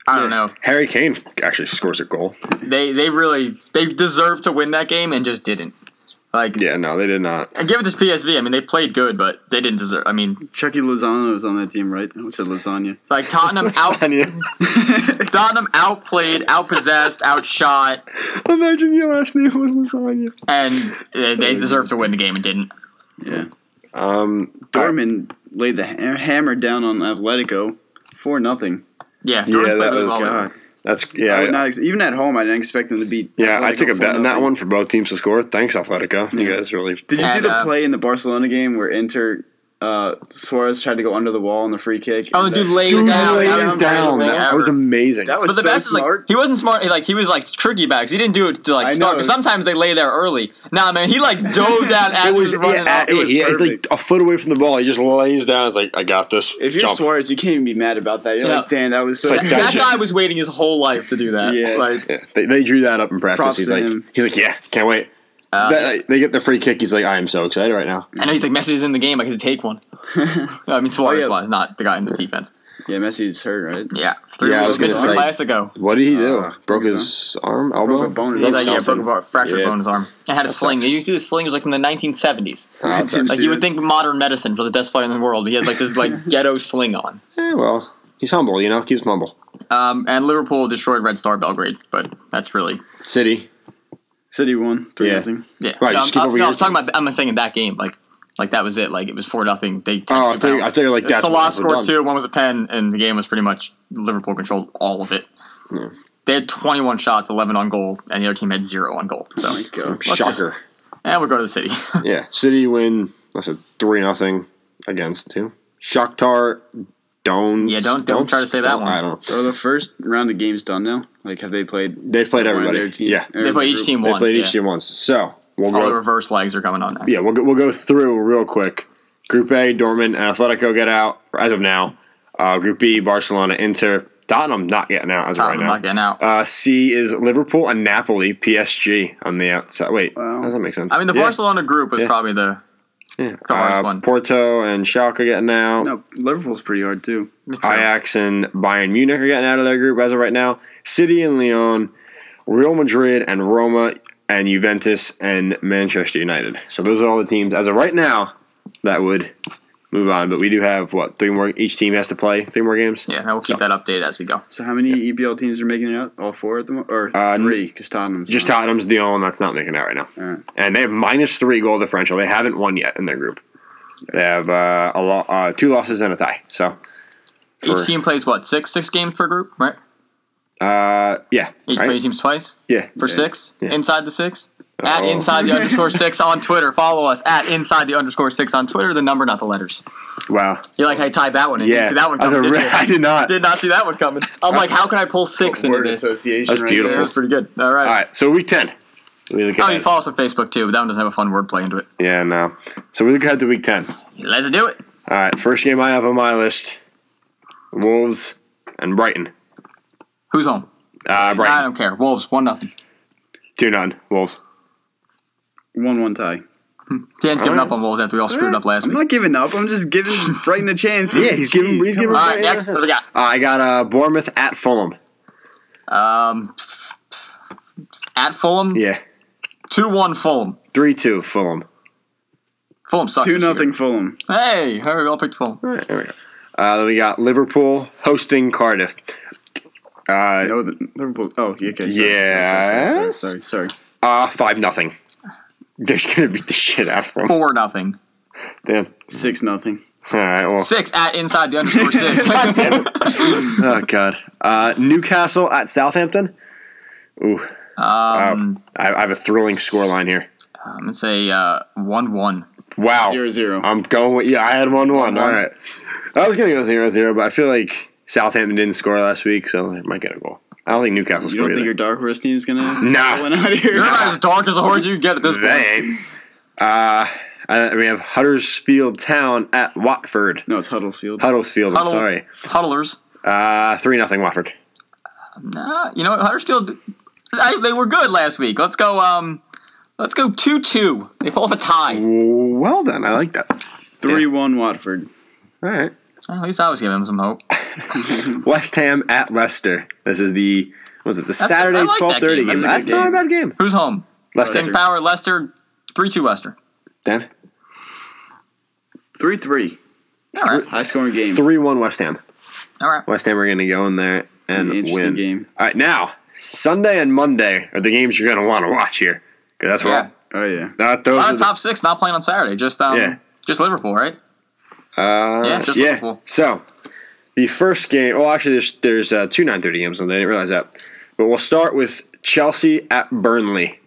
[SPEAKER 2] I don't know.
[SPEAKER 3] Harry Kane actually scores a goal.
[SPEAKER 2] they they really they deserved to win that game and just didn't. Like
[SPEAKER 3] Yeah, no, they did not.
[SPEAKER 2] I give it to PSV. I mean, they played good, but they didn't deserve. I mean,
[SPEAKER 1] Chucky Lozano was on that team, right? I said lasagna.
[SPEAKER 2] like Tottenham out <laughs> Tottenham outplayed, outpossessed, outshot,
[SPEAKER 3] <laughs> Imagine your last name was lasagna.
[SPEAKER 2] and they, they deserved to win the game and didn't.
[SPEAKER 1] Yeah.
[SPEAKER 3] Um,
[SPEAKER 1] Dorman laid the ha- hammer down on Atletico for nothing.
[SPEAKER 2] Yeah,
[SPEAKER 3] Yeah,
[SPEAKER 2] Dortmund played
[SPEAKER 3] that
[SPEAKER 2] really
[SPEAKER 3] was-
[SPEAKER 2] well.
[SPEAKER 3] God. that's
[SPEAKER 1] I would
[SPEAKER 3] yeah,
[SPEAKER 1] not ex- even at home, I didn't expect them to beat.
[SPEAKER 3] yeah. I
[SPEAKER 1] Atletico
[SPEAKER 3] took a bet on
[SPEAKER 1] 4-0.
[SPEAKER 3] that one for both teams to score. Thanks, Atletico. You guys really.
[SPEAKER 1] Did you see
[SPEAKER 2] And,
[SPEAKER 1] the
[SPEAKER 2] uh,
[SPEAKER 1] play in the Barcelona game where Inter uh, Suarez tried to go under the wall on the free kick?
[SPEAKER 2] Oh, the
[SPEAKER 1] and
[SPEAKER 2] dude
[SPEAKER 1] that-
[SPEAKER 2] lays down.
[SPEAKER 1] lays
[SPEAKER 2] that was the
[SPEAKER 1] down.
[SPEAKER 2] greatest thing
[SPEAKER 1] That
[SPEAKER 3] That was
[SPEAKER 2] ever.
[SPEAKER 3] amazing.
[SPEAKER 1] That was
[SPEAKER 2] But the
[SPEAKER 1] so
[SPEAKER 2] best is like
[SPEAKER 1] smart.
[SPEAKER 2] he wasn't smart. Like he was like tricky backs. He didn't do it to
[SPEAKER 1] I
[SPEAKER 2] like start.
[SPEAKER 1] know.
[SPEAKER 2] Because sometimes they lay there early. Nah, man, he like dove down as
[SPEAKER 3] it was,
[SPEAKER 2] he was running
[SPEAKER 3] yeah,
[SPEAKER 2] up.
[SPEAKER 3] it was
[SPEAKER 1] It was
[SPEAKER 3] it's like
[SPEAKER 1] perfect.
[SPEAKER 3] a foot away from the ball. He just lays down. It's like I got this.
[SPEAKER 1] if you're
[SPEAKER 3] Jump.
[SPEAKER 1] Suarez, you can't even be mad about that. You're
[SPEAKER 2] Yeah.
[SPEAKER 1] like, damn, that was so.
[SPEAKER 3] It's like,
[SPEAKER 1] good."
[SPEAKER 3] that
[SPEAKER 2] That
[SPEAKER 3] shit-
[SPEAKER 2] guy was waiting his whole life to do that.
[SPEAKER 3] <laughs>
[SPEAKER 1] Yeah.
[SPEAKER 2] Like,
[SPEAKER 3] Yeah, they, they drew that up in practice.
[SPEAKER 1] Props
[SPEAKER 3] he's
[SPEAKER 1] to
[SPEAKER 3] like,
[SPEAKER 1] him.
[SPEAKER 3] he's like, yeah, can't wait.
[SPEAKER 2] uh,
[SPEAKER 3] That- they get the free kick. He's like, I am so excited right now.
[SPEAKER 2] I know he's like Messi's in the game. I can take one. I mean, Suarez
[SPEAKER 1] yeah.
[SPEAKER 2] was not the guy in the defense.
[SPEAKER 1] yeah, Messi's hurt, right?
[SPEAKER 2] Yeah, three
[SPEAKER 3] Oh, Yeah, I was
[SPEAKER 2] weeks
[SPEAKER 3] gonna
[SPEAKER 2] ago, three
[SPEAKER 3] say-
[SPEAKER 2] last ago.
[SPEAKER 3] What did he do?
[SPEAKER 1] Uh,
[SPEAKER 3] broke
[SPEAKER 1] think
[SPEAKER 3] his arm, elbow,
[SPEAKER 1] Broke a bone in
[SPEAKER 2] He
[SPEAKER 1] Broke
[SPEAKER 2] like yeah, broke a bar- fractured
[SPEAKER 3] Yeah.
[SPEAKER 2] bone in his arm. It had a sling.
[SPEAKER 3] sucks.
[SPEAKER 2] You see the sling was like from the 1970s.
[SPEAKER 3] Oh,
[SPEAKER 1] Tim
[SPEAKER 2] Like you would
[SPEAKER 1] Seaman.
[SPEAKER 3] <laughs>
[SPEAKER 2] think modern medicine for the best player in the world, but he had like this like ghetto sling on.
[SPEAKER 3] Eh, well, He's humble, you know. Keeps him humble.
[SPEAKER 2] Um, and Liverpool destroyed Red Star Belgrade, but that's really
[SPEAKER 3] City.
[SPEAKER 1] City won three
[SPEAKER 3] Yeah.
[SPEAKER 1] nothing.
[SPEAKER 2] yeah.
[SPEAKER 3] Right,
[SPEAKER 2] No, I'm,
[SPEAKER 3] just keep
[SPEAKER 2] I'm-
[SPEAKER 3] over
[SPEAKER 2] no,
[SPEAKER 3] your
[SPEAKER 2] I'm talking about. I'm saying in that game, like like that was it. Like it was four nothing. They took
[SPEAKER 3] Oh, I
[SPEAKER 2] two
[SPEAKER 3] think I
[SPEAKER 2] penalties.
[SPEAKER 3] think like that.
[SPEAKER 2] Salah scored two. One was a pen, and the game was pretty much Liverpool controlled all of it. They had 21 shots, 11 on goal, and the other team had zero on goal. So,
[SPEAKER 1] Go.
[SPEAKER 2] let's just- <laughs>
[SPEAKER 3] Shocker.
[SPEAKER 2] and we'll go to the city.
[SPEAKER 3] Yeah, City win. That's a three nothing against two. Shakhtar, don't.
[SPEAKER 2] Yeah, don't- don't try to say that one.
[SPEAKER 3] I don't.
[SPEAKER 1] So are the first round of games done now? Like have they played
[SPEAKER 3] They played
[SPEAKER 1] one of
[SPEAKER 3] everybody.
[SPEAKER 1] their team-
[SPEAKER 3] Yeah,
[SPEAKER 1] or
[SPEAKER 2] <laughs> they played each
[SPEAKER 1] group?
[SPEAKER 2] team
[SPEAKER 3] they
[SPEAKER 2] once.
[SPEAKER 3] played
[SPEAKER 2] yeah.
[SPEAKER 3] each team once. So we'll
[SPEAKER 2] All the
[SPEAKER 3] go.
[SPEAKER 2] reverse legs are coming on next.
[SPEAKER 3] Yeah, we'll go, we'll go through real quick. Group A, Dortmund and Atletico get out as of now. Uh, group B, Barcelona, Inter, Tottenham not getting out as of right
[SPEAKER 2] Tottenham
[SPEAKER 3] now.
[SPEAKER 2] not getting out.
[SPEAKER 3] Uh, C is Liverpool and Napoli, PSG on the outside. Wait,
[SPEAKER 1] Wow.
[SPEAKER 3] does that make sense?
[SPEAKER 2] I mean, the
[SPEAKER 3] Yeah,
[SPEAKER 2] Barcelona group was
[SPEAKER 3] Yeah.
[SPEAKER 2] probably the
[SPEAKER 3] yeah.
[SPEAKER 2] hardest
[SPEAKER 3] Uh,
[SPEAKER 2] one.
[SPEAKER 3] Porto and Schalke getting out.
[SPEAKER 1] No, Liverpool's pretty hard too.
[SPEAKER 3] Ajax and Bayern Munich are getting out of their group as of right now. City and Lyon, Real Madrid and Roma and Juventus and Manchester United. So those are all the teams as of right now that would move on. But we do have what three more? Each team has to play three more games.
[SPEAKER 2] Yeah, and we'll keep that updated as we go.
[SPEAKER 1] So how many EPL teams are making it out? All four at the moment, or
[SPEAKER 3] Uh, n-
[SPEAKER 1] three? Because Tottenham's
[SPEAKER 3] Just
[SPEAKER 1] not.
[SPEAKER 3] Tottenham's the only one that's not making it out right now,
[SPEAKER 1] All right.
[SPEAKER 3] and they have minus three goal differential. They haven't won yet in their group. They have uh, a lo- uh, two losses and a tie. So
[SPEAKER 2] Each
[SPEAKER 3] For-
[SPEAKER 2] team plays what six six games per group, right?
[SPEAKER 3] uh, yeah,
[SPEAKER 2] Each
[SPEAKER 3] right?
[SPEAKER 2] plays teams twice
[SPEAKER 3] yeah.
[SPEAKER 2] for
[SPEAKER 1] Yeah.
[SPEAKER 2] six
[SPEAKER 3] Yeah.
[SPEAKER 2] inside the six. At
[SPEAKER 3] Oh.
[SPEAKER 2] inside the underscore six on Twitter. Follow us at inside the underscore six on Twitter. The number, not the letters.
[SPEAKER 3] Wow.
[SPEAKER 2] You like how I tied that one? In.
[SPEAKER 3] Yeah,
[SPEAKER 2] Didn't see that one
[SPEAKER 3] That's a
[SPEAKER 2] coming. Did
[SPEAKER 3] re- <laughs> I
[SPEAKER 2] you?
[SPEAKER 3] did
[SPEAKER 2] <laughs>
[SPEAKER 3] not.
[SPEAKER 2] Did not see that one coming. I'm like, how can I pull six into
[SPEAKER 1] Word
[SPEAKER 2] this?
[SPEAKER 1] association.
[SPEAKER 3] That's
[SPEAKER 1] right
[SPEAKER 3] beautiful.
[SPEAKER 2] That
[SPEAKER 1] there.
[SPEAKER 2] was pretty good. All right.
[SPEAKER 3] All right, so week ten. We look
[SPEAKER 2] Oh, you
[SPEAKER 3] ahead.
[SPEAKER 2] follow us on Facebook too, but that one doesn't have a fun wordplay into it.
[SPEAKER 3] yeah, no. So we look ahead to week ten. All
[SPEAKER 2] Let's do it.
[SPEAKER 3] right, first game I have on my list: Wolves and Brighton.
[SPEAKER 2] Who's home?
[SPEAKER 3] Uh,
[SPEAKER 2] I
[SPEAKER 3] Brighton
[SPEAKER 2] don't care. Wolves one nothing.
[SPEAKER 3] two none. Wolves.
[SPEAKER 1] One-one tie.
[SPEAKER 2] Dan's giving
[SPEAKER 3] right.
[SPEAKER 2] up on Wolves after we all screwed up last
[SPEAKER 1] I'm
[SPEAKER 2] week.
[SPEAKER 1] not giving up. I'm just
[SPEAKER 3] <laughs>
[SPEAKER 1] giving Brighton a chance.
[SPEAKER 3] Yeah, he's giving-
[SPEAKER 1] Jeez,
[SPEAKER 3] he's
[SPEAKER 1] come
[SPEAKER 3] giving-
[SPEAKER 2] All
[SPEAKER 1] on.
[SPEAKER 2] right, next what do we got?
[SPEAKER 3] Uh, I got uh, Bournemouth at Fulham.
[SPEAKER 2] Um, at Fulham,
[SPEAKER 3] Yeah,
[SPEAKER 2] two one Fulham.
[SPEAKER 3] three two Fulham.
[SPEAKER 2] Fulham sucks.
[SPEAKER 1] Two
[SPEAKER 2] this year.
[SPEAKER 1] nothing Fulham.
[SPEAKER 2] Hey, hurry! We all picked Fulham.
[SPEAKER 3] All right, there we go. Uh, then we got Liverpool hosting Cardiff. Uh,
[SPEAKER 1] No, the, Liverpool. Oh, yeah, okay. Sorry, Sorry, sorry,
[SPEAKER 3] Yes.
[SPEAKER 1] sorry, sorry, sorry.
[SPEAKER 3] uh five nothing. <laughs> They're just gonna beat the shit out of them.
[SPEAKER 2] Four nothing.
[SPEAKER 3] Damn.
[SPEAKER 1] Six nothing.
[SPEAKER 3] All
[SPEAKER 2] <laughs>
[SPEAKER 3] right. Well.
[SPEAKER 2] Six at inside the underscore
[SPEAKER 3] <laughs>
[SPEAKER 2] six. Um,
[SPEAKER 3] Oh god. Uh, Newcastle at Southampton. Ooh.
[SPEAKER 2] um,
[SPEAKER 3] I, I have a thrilling scoreline here.
[SPEAKER 2] I'm gonna say uh, one one.
[SPEAKER 3] Wow.
[SPEAKER 1] Zero zero.
[SPEAKER 3] I'm going with yeah. I had one one. All
[SPEAKER 2] One.
[SPEAKER 3] right. I was gonna go zero zero, but I feel like Southampton didn't score last week, so they might get a goal. I don't think Newcastle
[SPEAKER 1] you don't
[SPEAKER 3] scored
[SPEAKER 1] think your
[SPEAKER 3] either.
[SPEAKER 1] dark horse team's gonna
[SPEAKER 3] <laughs> Nah.
[SPEAKER 1] win out here?
[SPEAKER 2] You're about as dark as a horse you can get at this
[SPEAKER 3] They
[SPEAKER 2] point.
[SPEAKER 3] ain't. Uh, and we have Huddersfield Town at Watford.
[SPEAKER 1] No, it's Huddlesfield.
[SPEAKER 3] Huddersfield. I'm
[SPEAKER 2] Huddle-
[SPEAKER 3] sorry.
[SPEAKER 2] Huddlers.
[SPEAKER 3] Uh, three nothing Watford.
[SPEAKER 2] Nah, you know what? Huddersfield. I, they were good last week. Let's go. Um, let's go two two. They pull off a tie.
[SPEAKER 3] Well then, I like that.
[SPEAKER 1] Three one Watford.
[SPEAKER 3] All right.
[SPEAKER 2] Well, at least I was giving them some hope.
[SPEAKER 3] West Ham at Leicester. This is the what was it the Saturday
[SPEAKER 2] I like that
[SPEAKER 3] twelve thirty
[SPEAKER 2] game.
[SPEAKER 3] game.
[SPEAKER 1] That's
[SPEAKER 3] That's
[SPEAKER 1] a good
[SPEAKER 3] not
[SPEAKER 1] game.
[SPEAKER 3] a bad game.
[SPEAKER 2] Who's home?
[SPEAKER 3] Leicester.
[SPEAKER 2] Sting Power, Leicester, three two Leicester.
[SPEAKER 3] Dan.
[SPEAKER 1] Three three.
[SPEAKER 2] All right,
[SPEAKER 1] High scoring game.
[SPEAKER 3] Three one West Ham.
[SPEAKER 2] all right.
[SPEAKER 3] West Ham are going to go in there and
[SPEAKER 1] An interesting
[SPEAKER 3] win.
[SPEAKER 1] game.
[SPEAKER 3] All right, now Sunday and Monday are the games you're going to want to watch here. 'Cause that's
[SPEAKER 2] Yeah,
[SPEAKER 3] what
[SPEAKER 1] Oh yeah.
[SPEAKER 3] that
[SPEAKER 2] a
[SPEAKER 3] those
[SPEAKER 2] lot
[SPEAKER 3] are
[SPEAKER 2] of
[SPEAKER 3] the-
[SPEAKER 2] top six not playing on Saturday. Just um,
[SPEAKER 3] Yeah.
[SPEAKER 2] just Liverpool, right?
[SPEAKER 3] uh,
[SPEAKER 2] Yeah, just
[SPEAKER 3] yeah.
[SPEAKER 2] Liverpool.
[SPEAKER 3] So the first game. Well, actually, there's there's uh, two nine thirty games Sunday. I didn't realize that. But we'll start with Chelsea at Burnley.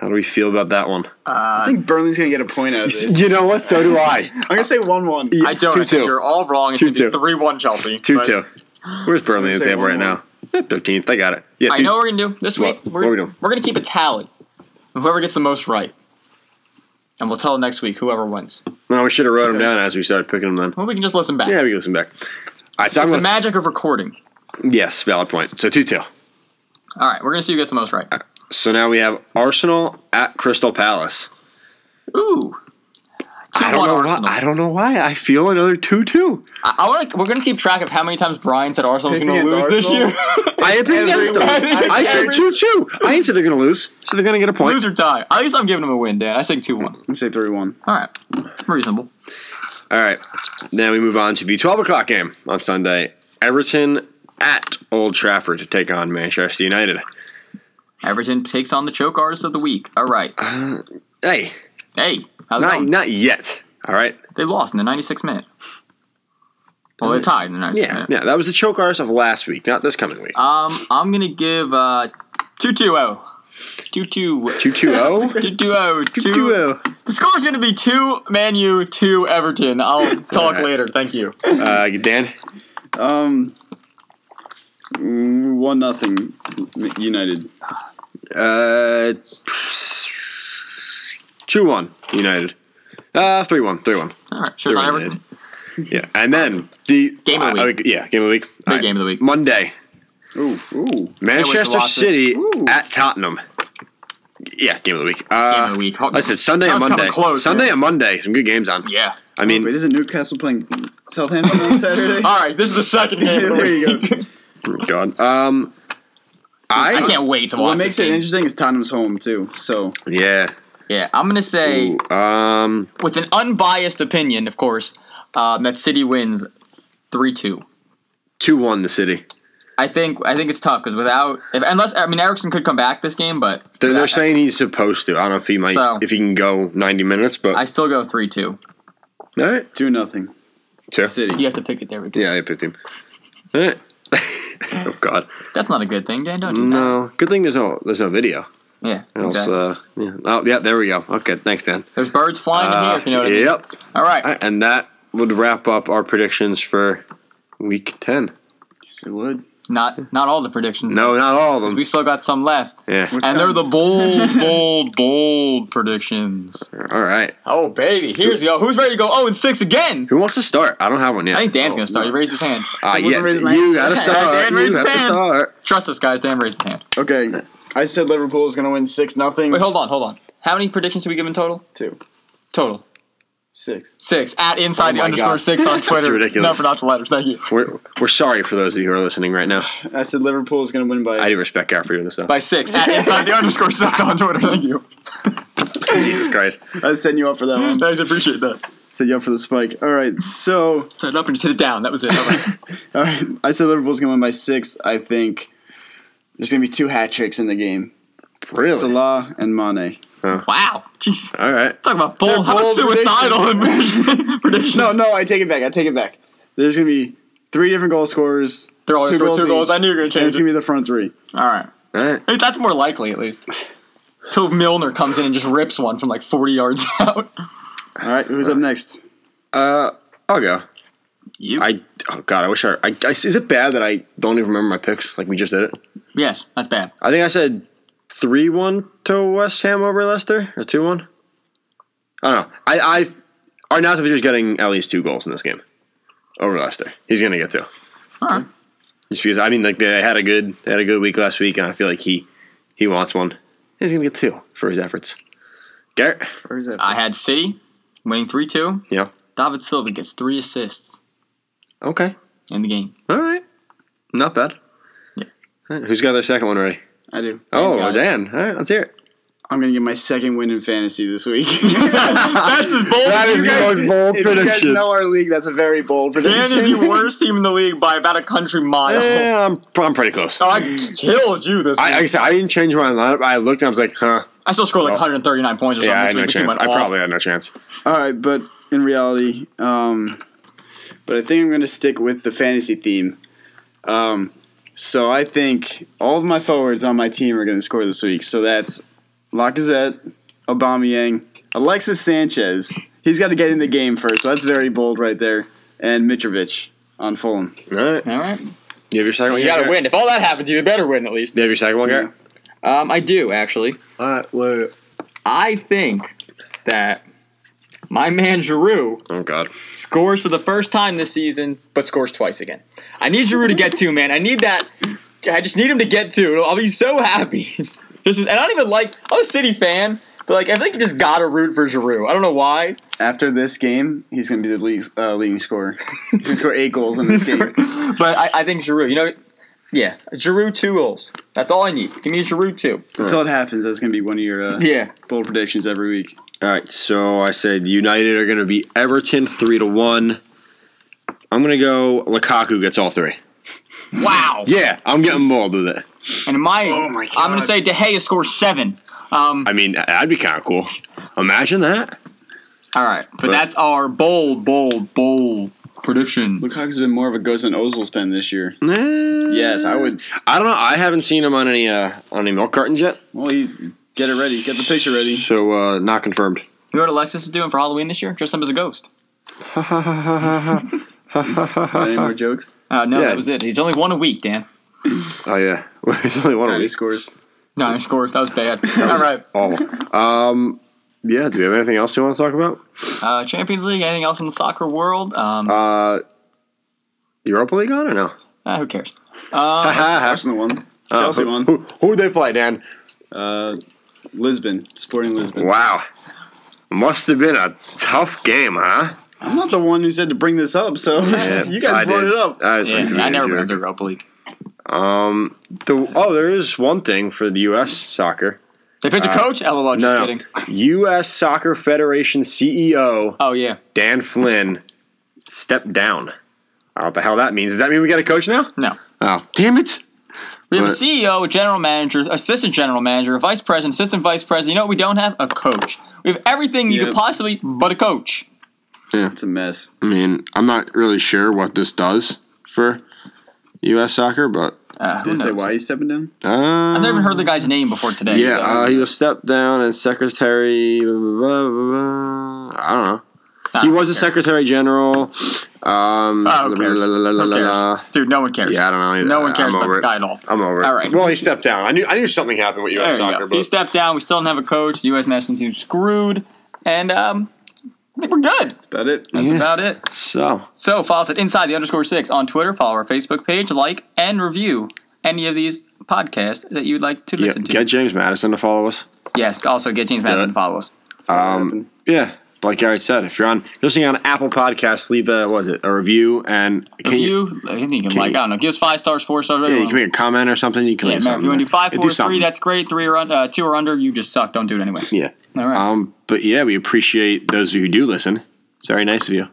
[SPEAKER 3] How do we feel about that one?
[SPEAKER 1] I think Burnley's gonna get a point out of
[SPEAKER 3] <laughs>
[SPEAKER 1] this.
[SPEAKER 3] You know what? So do
[SPEAKER 1] <laughs>
[SPEAKER 3] I.
[SPEAKER 1] I'm gonna say one one.
[SPEAKER 2] I don't. I think
[SPEAKER 3] 2-2.
[SPEAKER 2] You're all wrong. It's
[SPEAKER 3] Two,
[SPEAKER 2] gonna be
[SPEAKER 3] two.
[SPEAKER 2] three one Chelsea.
[SPEAKER 3] Two
[SPEAKER 2] but
[SPEAKER 3] two. Where's Burnley in the
[SPEAKER 1] Say
[SPEAKER 3] table
[SPEAKER 1] one
[SPEAKER 3] right
[SPEAKER 1] more.
[SPEAKER 3] now? Thirteenth. I got it. Yeah.
[SPEAKER 2] I
[SPEAKER 3] two-
[SPEAKER 2] know what we're gonna do this week.
[SPEAKER 3] What? What are we doing?
[SPEAKER 2] We're gonna keep a tally. Whoever gets the most right, and we'll tell next week whoever wins.
[SPEAKER 3] No, we should have wrote them down as we started picking them. Then.
[SPEAKER 2] Well, we can just listen back.
[SPEAKER 3] Yeah, we can listen back. All right, so I'm
[SPEAKER 2] it's the
[SPEAKER 3] gonna,
[SPEAKER 2] magic of recording.
[SPEAKER 3] yes, valid point. So two two.
[SPEAKER 2] All right, we're gonna see who gets the most right.
[SPEAKER 3] Uh, So now we have Arsenal at Crystal Palace.
[SPEAKER 2] Ooh, two
[SPEAKER 3] I don't
[SPEAKER 2] one
[SPEAKER 3] know
[SPEAKER 2] Arsenal.
[SPEAKER 3] why. I don't know why. I feel another two two.
[SPEAKER 2] I, I want to. We're gonna keep track of how many times Brian said Arsenal's
[SPEAKER 1] Picks
[SPEAKER 2] gonna lose
[SPEAKER 1] against
[SPEAKER 2] this year. <laughs>
[SPEAKER 3] I am against them.
[SPEAKER 1] Everyone-
[SPEAKER 3] I said two two. I didn't say they're gonna lose. So they're gonna get a point.
[SPEAKER 2] Lose or tie. At least I'm giving him a win, Dan. I think two one.
[SPEAKER 1] I'm say three one.
[SPEAKER 2] All right, it's reasonable.
[SPEAKER 3] All right. Now we move on to the twelve o'clock game on Sunday. Everton at Old Trafford to take on Manchester United.
[SPEAKER 2] Everton takes on the choke artist of the week. All right.
[SPEAKER 3] Uh, Hey,
[SPEAKER 2] Hey, how's it
[SPEAKER 3] not
[SPEAKER 2] going?
[SPEAKER 3] not yet. All right.
[SPEAKER 2] They lost in the 96th minute. Well, they tied in the 96th
[SPEAKER 3] Uh, Yeah,
[SPEAKER 2] minute.
[SPEAKER 3] yeah. That was the choke artist of last week, not this coming week.
[SPEAKER 2] Um, I'm going to give uh, oh. 2-2-0. 2-2.
[SPEAKER 3] Two two oh? zero.
[SPEAKER 2] 2-2-0.
[SPEAKER 3] Two two oh. zero.
[SPEAKER 2] oh. The score's going to be 2 Man U, 2 Everton.
[SPEAKER 3] <laughs>
[SPEAKER 2] I'll talk
[SPEAKER 3] right.
[SPEAKER 2] later. Thank you.
[SPEAKER 3] Uh, Dan.
[SPEAKER 1] Um, mm, one nothing M- United.
[SPEAKER 3] Uh, two one United. Uh, three one, three one.
[SPEAKER 2] All right. Sure, it's not
[SPEAKER 3] They're
[SPEAKER 2] Everton.
[SPEAKER 3] Yeah, and then the
[SPEAKER 2] Game of the
[SPEAKER 3] I- I-
[SPEAKER 2] week.
[SPEAKER 3] yeah, game of the week. Big
[SPEAKER 2] game of the week.
[SPEAKER 3] Monday,
[SPEAKER 1] Ooh, ooh.
[SPEAKER 3] Manchester
[SPEAKER 2] watch this.
[SPEAKER 3] City
[SPEAKER 1] Ooh.
[SPEAKER 3] at Tottenham. Yeah, game of the week.
[SPEAKER 2] Game
[SPEAKER 3] Uh,
[SPEAKER 2] of the week. Hold-
[SPEAKER 3] Listen, Sunday
[SPEAKER 2] Now
[SPEAKER 3] and
[SPEAKER 2] it's coming
[SPEAKER 3] Monday.
[SPEAKER 2] Close,
[SPEAKER 3] Sunday
[SPEAKER 2] man.
[SPEAKER 3] and Monday. Some good games on.
[SPEAKER 2] Yeah.
[SPEAKER 3] I mean, Ah,
[SPEAKER 1] Wait, isn't Newcastle playing Southampton
[SPEAKER 3] <laughs>
[SPEAKER 1] on Saturday?
[SPEAKER 2] All right. This is the second game.
[SPEAKER 1] <laughs>
[SPEAKER 2] of the
[SPEAKER 1] there you
[SPEAKER 2] week.
[SPEAKER 1] go.
[SPEAKER 3] God. Um,
[SPEAKER 2] <laughs>
[SPEAKER 3] I,
[SPEAKER 2] I can't wait to watch
[SPEAKER 1] What makes
[SPEAKER 2] this
[SPEAKER 1] it
[SPEAKER 2] game.
[SPEAKER 1] interesting is Tottenham's home too. So
[SPEAKER 3] Yeah.
[SPEAKER 2] Yeah, I'm going to say
[SPEAKER 3] Ooh, um,
[SPEAKER 2] with an unbiased opinion, of course, um, that City wins three two.
[SPEAKER 3] two one the City.
[SPEAKER 2] I think I think it's tough because without if unless I mean Erickson could come back this game, but
[SPEAKER 3] They're, they're saying he's supposed to. I don't know if he might,
[SPEAKER 2] So-
[SPEAKER 3] if he can go ninety minutes, but
[SPEAKER 2] I still go three two.
[SPEAKER 3] all right,
[SPEAKER 1] two nothing
[SPEAKER 3] two.
[SPEAKER 1] City.
[SPEAKER 2] You have to pick it. There we go.
[SPEAKER 3] Yeah, I picked him. All right. <laughs> oh God,
[SPEAKER 2] That's not a good thing, Dan. Don't do
[SPEAKER 3] no. Good thing there's no there's no video.
[SPEAKER 2] that. Yeah,
[SPEAKER 3] Or else,
[SPEAKER 2] exactly.
[SPEAKER 3] uh, yeah. Oh yeah, there we go. Okay, thanks, Dan.
[SPEAKER 2] There's birds flying in here.
[SPEAKER 3] Uh,
[SPEAKER 2] If you know what I mean.
[SPEAKER 3] yep.
[SPEAKER 2] All right.
[SPEAKER 3] All right, and that would wrap up our predictions for week ten.
[SPEAKER 1] Yes, it would.
[SPEAKER 2] Not not all the predictions.
[SPEAKER 3] No, not all of
[SPEAKER 2] we
[SPEAKER 3] them.
[SPEAKER 2] still got some left,
[SPEAKER 3] Yeah.
[SPEAKER 2] and they're the
[SPEAKER 3] <laughs>
[SPEAKER 2] bold, bold, bold predictions.
[SPEAKER 3] All right.
[SPEAKER 2] Oh baby, here's go. Who's ready to go? Oh, and six again.
[SPEAKER 3] Who wants to start? I don't have one yet.
[SPEAKER 2] I think Dan's gonna start. He raised his hand.
[SPEAKER 3] Ah,
[SPEAKER 1] wasn't
[SPEAKER 3] yeah,
[SPEAKER 1] raising my
[SPEAKER 3] you
[SPEAKER 1] hand.
[SPEAKER 3] gotta
[SPEAKER 1] Yeah,
[SPEAKER 2] <laughs>
[SPEAKER 3] start.
[SPEAKER 2] Dan
[SPEAKER 3] you
[SPEAKER 2] raised his
[SPEAKER 3] have to
[SPEAKER 2] hand.
[SPEAKER 3] start.
[SPEAKER 2] Trust us, guys. Dan raised his hand.
[SPEAKER 1] Okay, I said Liverpool is going to win six nothing.
[SPEAKER 2] Wait, hold on, hold on. How many predictions did we give in total?
[SPEAKER 1] Two
[SPEAKER 2] Total.
[SPEAKER 1] six.
[SPEAKER 2] Six. At inside the
[SPEAKER 3] Oh my
[SPEAKER 2] underscore
[SPEAKER 3] God.
[SPEAKER 2] six
[SPEAKER 3] <laughs>
[SPEAKER 2] on Twitter.
[SPEAKER 3] ridiculous.
[SPEAKER 2] No pronounce the letters. Thank you.
[SPEAKER 3] We're, we're sorry for those of you who are listening right now.
[SPEAKER 1] I said Liverpool is going to win by.
[SPEAKER 3] I do respect Gary for doing this stuff.
[SPEAKER 2] By six. At inside the <laughs> underscore six on Twitter. Thank you.
[SPEAKER 3] Jesus Christ.
[SPEAKER 1] I setting you up for that
[SPEAKER 3] <gasps>
[SPEAKER 1] one.
[SPEAKER 2] Guys, appreciate that.
[SPEAKER 1] Set you up for the spike. All right, so
[SPEAKER 2] Set it up and just hit it down. That was it. All right.
[SPEAKER 1] all right, I said Liverpool's going to win by six. I think there's going to be two hat tricks in the game.
[SPEAKER 3] Really?
[SPEAKER 1] Salah and Mane.
[SPEAKER 2] wow. Jeez.
[SPEAKER 3] All right.
[SPEAKER 2] Talk about bold. How
[SPEAKER 1] bold
[SPEAKER 2] about suicidal <laughs> and predictions?
[SPEAKER 1] No, no, I take it back. I take it back. There's going to be three different goal scorers.
[SPEAKER 2] They're all
[SPEAKER 1] two
[SPEAKER 2] two goals.
[SPEAKER 1] goals
[SPEAKER 2] Two goals.
[SPEAKER 1] each.
[SPEAKER 2] I knew you were going to
[SPEAKER 1] And
[SPEAKER 2] change
[SPEAKER 1] it's
[SPEAKER 2] it.
[SPEAKER 1] going to be the front three.
[SPEAKER 2] all right.
[SPEAKER 3] All right.
[SPEAKER 2] Hey, That's more likely, at least. Till Milner comes in and just rips one from like 40 yards <laughs> out.
[SPEAKER 1] All right, who's up next?
[SPEAKER 3] Uh, I'll go.
[SPEAKER 2] You?
[SPEAKER 3] I oh god, I wish I, I, I- Is it bad that I don't even remember my picks? Like we just did it.
[SPEAKER 2] yes, that's bad.
[SPEAKER 3] I think I said three one to West Ham over Leicester or two one. I don't know. I I Arnautovic is getting at least two goals in this game over Leicester. He's gonna get two.
[SPEAKER 2] All right.
[SPEAKER 3] Just because I mean, like they had a good they had a good week last week, and I feel like he he wants one. He's gonna get two for his efforts. Garrett,
[SPEAKER 1] Or is that
[SPEAKER 2] I had City winning 3 2.
[SPEAKER 3] yeah,
[SPEAKER 2] David Silva gets three assists
[SPEAKER 3] okay,
[SPEAKER 2] in the
[SPEAKER 3] <laughs>
[SPEAKER 2] game.
[SPEAKER 3] all right, not bad. All right, Who's got their second one already?
[SPEAKER 1] I do.
[SPEAKER 3] Oh,
[SPEAKER 2] got it.
[SPEAKER 3] Dan. All right, let's hear it.
[SPEAKER 1] I'm going to get my second win in fantasy this
[SPEAKER 3] <laughs>
[SPEAKER 1] week.
[SPEAKER 2] That's as bold.
[SPEAKER 3] That
[SPEAKER 2] as
[SPEAKER 3] is
[SPEAKER 2] you
[SPEAKER 3] the
[SPEAKER 2] guys-
[SPEAKER 3] most bold
[SPEAKER 1] if you guys
[SPEAKER 3] prediction.
[SPEAKER 1] know our league, that's a very bold prediction.
[SPEAKER 2] Dan is the worst team in the league by about a country <laughs> mile.
[SPEAKER 3] Yeah, Eh, I'm, I'm pretty close.
[SPEAKER 2] Oh,
[SPEAKER 3] I,
[SPEAKER 2] I killed you this
[SPEAKER 3] like
[SPEAKER 2] week.
[SPEAKER 3] I said, I didn't change my lineup. I looked and I was like, huh.
[SPEAKER 2] I still scored like 139 points or
[SPEAKER 3] Yeah, I
[SPEAKER 2] something
[SPEAKER 3] had
[SPEAKER 2] this
[SPEAKER 3] no
[SPEAKER 2] week.
[SPEAKER 3] chance.
[SPEAKER 2] but
[SPEAKER 3] I
[SPEAKER 2] you went off.
[SPEAKER 3] probably had no chance.
[SPEAKER 1] All right, but in reality, um, but I think I'm going to stick with the fantasy theme. Um, so I think all of my forwards on my team are going to score this week. So that's Lacazette, Aubameyang, Alexis Sanchez. He's got to get in the game first. So that's very bold right there. And Mitrovic on Fulham.
[SPEAKER 3] All right.
[SPEAKER 2] All right.
[SPEAKER 3] You have your second one?
[SPEAKER 2] You gotta win. If all that happens, you better win at least.
[SPEAKER 3] You have your second one, Garrett?
[SPEAKER 2] Um, I do, actually.
[SPEAKER 3] All right, wait.
[SPEAKER 2] I think that my man Giroux
[SPEAKER 3] Oh, God.
[SPEAKER 2] scores for the first time this season, but scores twice again. I need Giroud to get to, man. I need that. I just need him to get to. I'll be so happy. <laughs> Just as- and I don't even like. I'm a City fan, but like I think you just gotta root for Giroud. I don't know why.
[SPEAKER 1] After this game, he's going to be the league, uh, leading scorer. He's going to score eight goals in
[SPEAKER 2] <laughs>
[SPEAKER 1] this game.
[SPEAKER 2] But I, I think Giroud. You know, yeah, Giroud two goals. That's all I need. Give me Giroud two.
[SPEAKER 1] Until it happens, that's going to be one of your uh,
[SPEAKER 2] Yeah.
[SPEAKER 1] bold predictions every week.
[SPEAKER 3] All right, so I said United are going to be Everton 3 to 1. I'm going to go Lukaku gets all three.
[SPEAKER 2] Wow.
[SPEAKER 3] Yeah, I'm getting bold with it.
[SPEAKER 2] And my,
[SPEAKER 1] Oh my
[SPEAKER 2] I'm
[SPEAKER 1] God.
[SPEAKER 2] going to say De Gea scores seven. Um,
[SPEAKER 3] I mean, that'd be kind of cool. Imagine that.
[SPEAKER 2] all right. But
[SPEAKER 3] But-
[SPEAKER 2] that's our bold, bold, bold predictions.
[SPEAKER 1] Lukaku's been more of a ghost than Ozil's been this year.
[SPEAKER 3] Yes,
[SPEAKER 2] Eh.
[SPEAKER 1] Yes, I would.
[SPEAKER 3] I don't know. I haven't seen him on any uh, on any milk cartons yet,
[SPEAKER 1] Well, he's get it ready, get the picture ready.
[SPEAKER 3] so uh, not confirmed.
[SPEAKER 2] You know what Alexis is doing for Halloween this year? Dress up as a ghost.
[SPEAKER 1] Any more
[SPEAKER 3] <laughs>
[SPEAKER 1] jokes?
[SPEAKER 2] Uh, no,
[SPEAKER 3] Yeah.
[SPEAKER 2] that was it. He's only one a week, Dan.
[SPEAKER 3] Oh yeah, <laughs> there's only one of
[SPEAKER 1] Tiny
[SPEAKER 3] these.
[SPEAKER 1] scores.
[SPEAKER 2] No, he scored. That was
[SPEAKER 3] <laughs>
[SPEAKER 2] bad. all right.
[SPEAKER 3] Awful. Um, yeah. Do we have anything else you want to talk about?
[SPEAKER 2] Uh, Champions League. Anything else in the soccer world? Um,
[SPEAKER 3] Uh, Europa League on or no?
[SPEAKER 2] uh, who cares? Um,
[SPEAKER 3] <laughs>
[SPEAKER 1] Arsenal won. Chelsea
[SPEAKER 3] who,
[SPEAKER 1] won.
[SPEAKER 3] Who who they play, Dan?
[SPEAKER 1] Uh, Lisbon, Sporting Lisbon.
[SPEAKER 3] Wow, must have been a tough game, huh?
[SPEAKER 1] I'm not the one who said to bring this up, so <laughs>
[SPEAKER 3] Yeah,
[SPEAKER 1] you guys
[SPEAKER 3] I
[SPEAKER 1] brought
[SPEAKER 3] did. Uh,
[SPEAKER 1] it up.
[SPEAKER 3] I, was
[SPEAKER 2] Yeah,
[SPEAKER 3] like,
[SPEAKER 2] I never
[SPEAKER 3] yeah.
[SPEAKER 2] been to Europa League.
[SPEAKER 3] Um, the, oh, there is one thing for the U.S. soccer.
[SPEAKER 2] They picked a coach. LOL. Just
[SPEAKER 3] No, no.
[SPEAKER 2] kidding.
[SPEAKER 3] U.S. Soccer Federation CEO
[SPEAKER 2] Oh yeah.
[SPEAKER 3] Dan Flynn stepped down. I don't know what the hell that means. Does that mean we got a coach now?
[SPEAKER 2] No.
[SPEAKER 3] Oh, damn it!
[SPEAKER 2] We have a
[SPEAKER 3] But-
[SPEAKER 2] CEO, a general manager, assistant general manager, a vice president, assistant vice president. You know what we don't have? A coach. We have everything you could
[SPEAKER 1] Yep.
[SPEAKER 2] possibly but a coach.
[SPEAKER 1] It's a mess.
[SPEAKER 3] I mean, I'm not really sure what this does for U.S. soccer, but
[SPEAKER 2] Uh, who
[SPEAKER 1] Didn't say
[SPEAKER 2] knows?
[SPEAKER 1] why he's stepping down.
[SPEAKER 3] uh,
[SPEAKER 2] I've never even heard the guy's name before today.
[SPEAKER 3] Yeah,
[SPEAKER 2] so-
[SPEAKER 3] uh, he was stepped down as secretary. Blah, blah, blah, blah, blah. I don't know.
[SPEAKER 2] Nah,
[SPEAKER 3] He was the
[SPEAKER 2] who cares?
[SPEAKER 3] secretary general. Um,
[SPEAKER 2] Ah, Oh, who cares?
[SPEAKER 3] la, la, la, la,
[SPEAKER 2] Who
[SPEAKER 3] la,
[SPEAKER 2] cares?
[SPEAKER 3] la.
[SPEAKER 2] Dude, no one cares.
[SPEAKER 3] Yeah, I don't know. either.
[SPEAKER 2] No one
[SPEAKER 3] I'm
[SPEAKER 2] cares about
[SPEAKER 3] over
[SPEAKER 2] this
[SPEAKER 3] it.
[SPEAKER 2] guy at all.
[SPEAKER 3] I'm over it.
[SPEAKER 2] All right.
[SPEAKER 3] Well, he stepped down. I knew. I knew something happened with
[SPEAKER 2] There
[SPEAKER 3] U.S.
[SPEAKER 2] you
[SPEAKER 3] soccer,
[SPEAKER 2] go.
[SPEAKER 3] but
[SPEAKER 2] He stepped down. We still don't have a coach. The U.S. national team's screwed, and um, I think we're good.
[SPEAKER 1] That's about it.
[SPEAKER 2] That's about it.
[SPEAKER 3] so
[SPEAKER 2] So follow us at Inside the Underscore Six on Twitter. Follow our Facebook page. Like and review any of these podcasts that you'd like to
[SPEAKER 3] yeah,
[SPEAKER 2] listen to.
[SPEAKER 3] get James Madison to follow us.
[SPEAKER 2] Yes. Also, get James Madison
[SPEAKER 3] it.
[SPEAKER 2] to follow us.
[SPEAKER 1] That's what happened.
[SPEAKER 3] Um, yeah, like Gary said, if you're on listening on Apple Podcasts, leave a what was it a review and can you
[SPEAKER 2] Review. I think you can
[SPEAKER 3] can
[SPEAKER 2] like.
[SPEAKER 3] you-
[SPEAKER 2] I don't know. Give us five stars, four stars.
[SPEAKER 3] yeah
[SPEAKER 2] whatever
[SPEAKER 3] you can make a comment or something. You can
[SPEAKER 2] yeah,
[SPEAKER 3] leave
[SPEAKER 2] man, if
[SPEAKER 3] something.
[SPEAKER 2] you want to do
[SPEAKER 3] there.
[SPEAKER 2] five, four, three,
[SPEAKER 3] something.
[SPEAKER 2] that's great. Three or un- uh, two or under, you just suck. Don't do it anyway.
[SPEAKER 3] yeah.
[SPEAKER 2] All right.
[SPEAKER 3] Um, but yeah, we appreciate those who do listen. It's very nice of you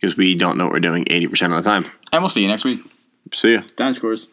[SPEAKER 3] because we don't know what we're doing eighty percent of the time.
[SPEAKER 2] and we'll see you next week.
[SPEAKER 3] See ya.
[SPEAKER 1] Down scores.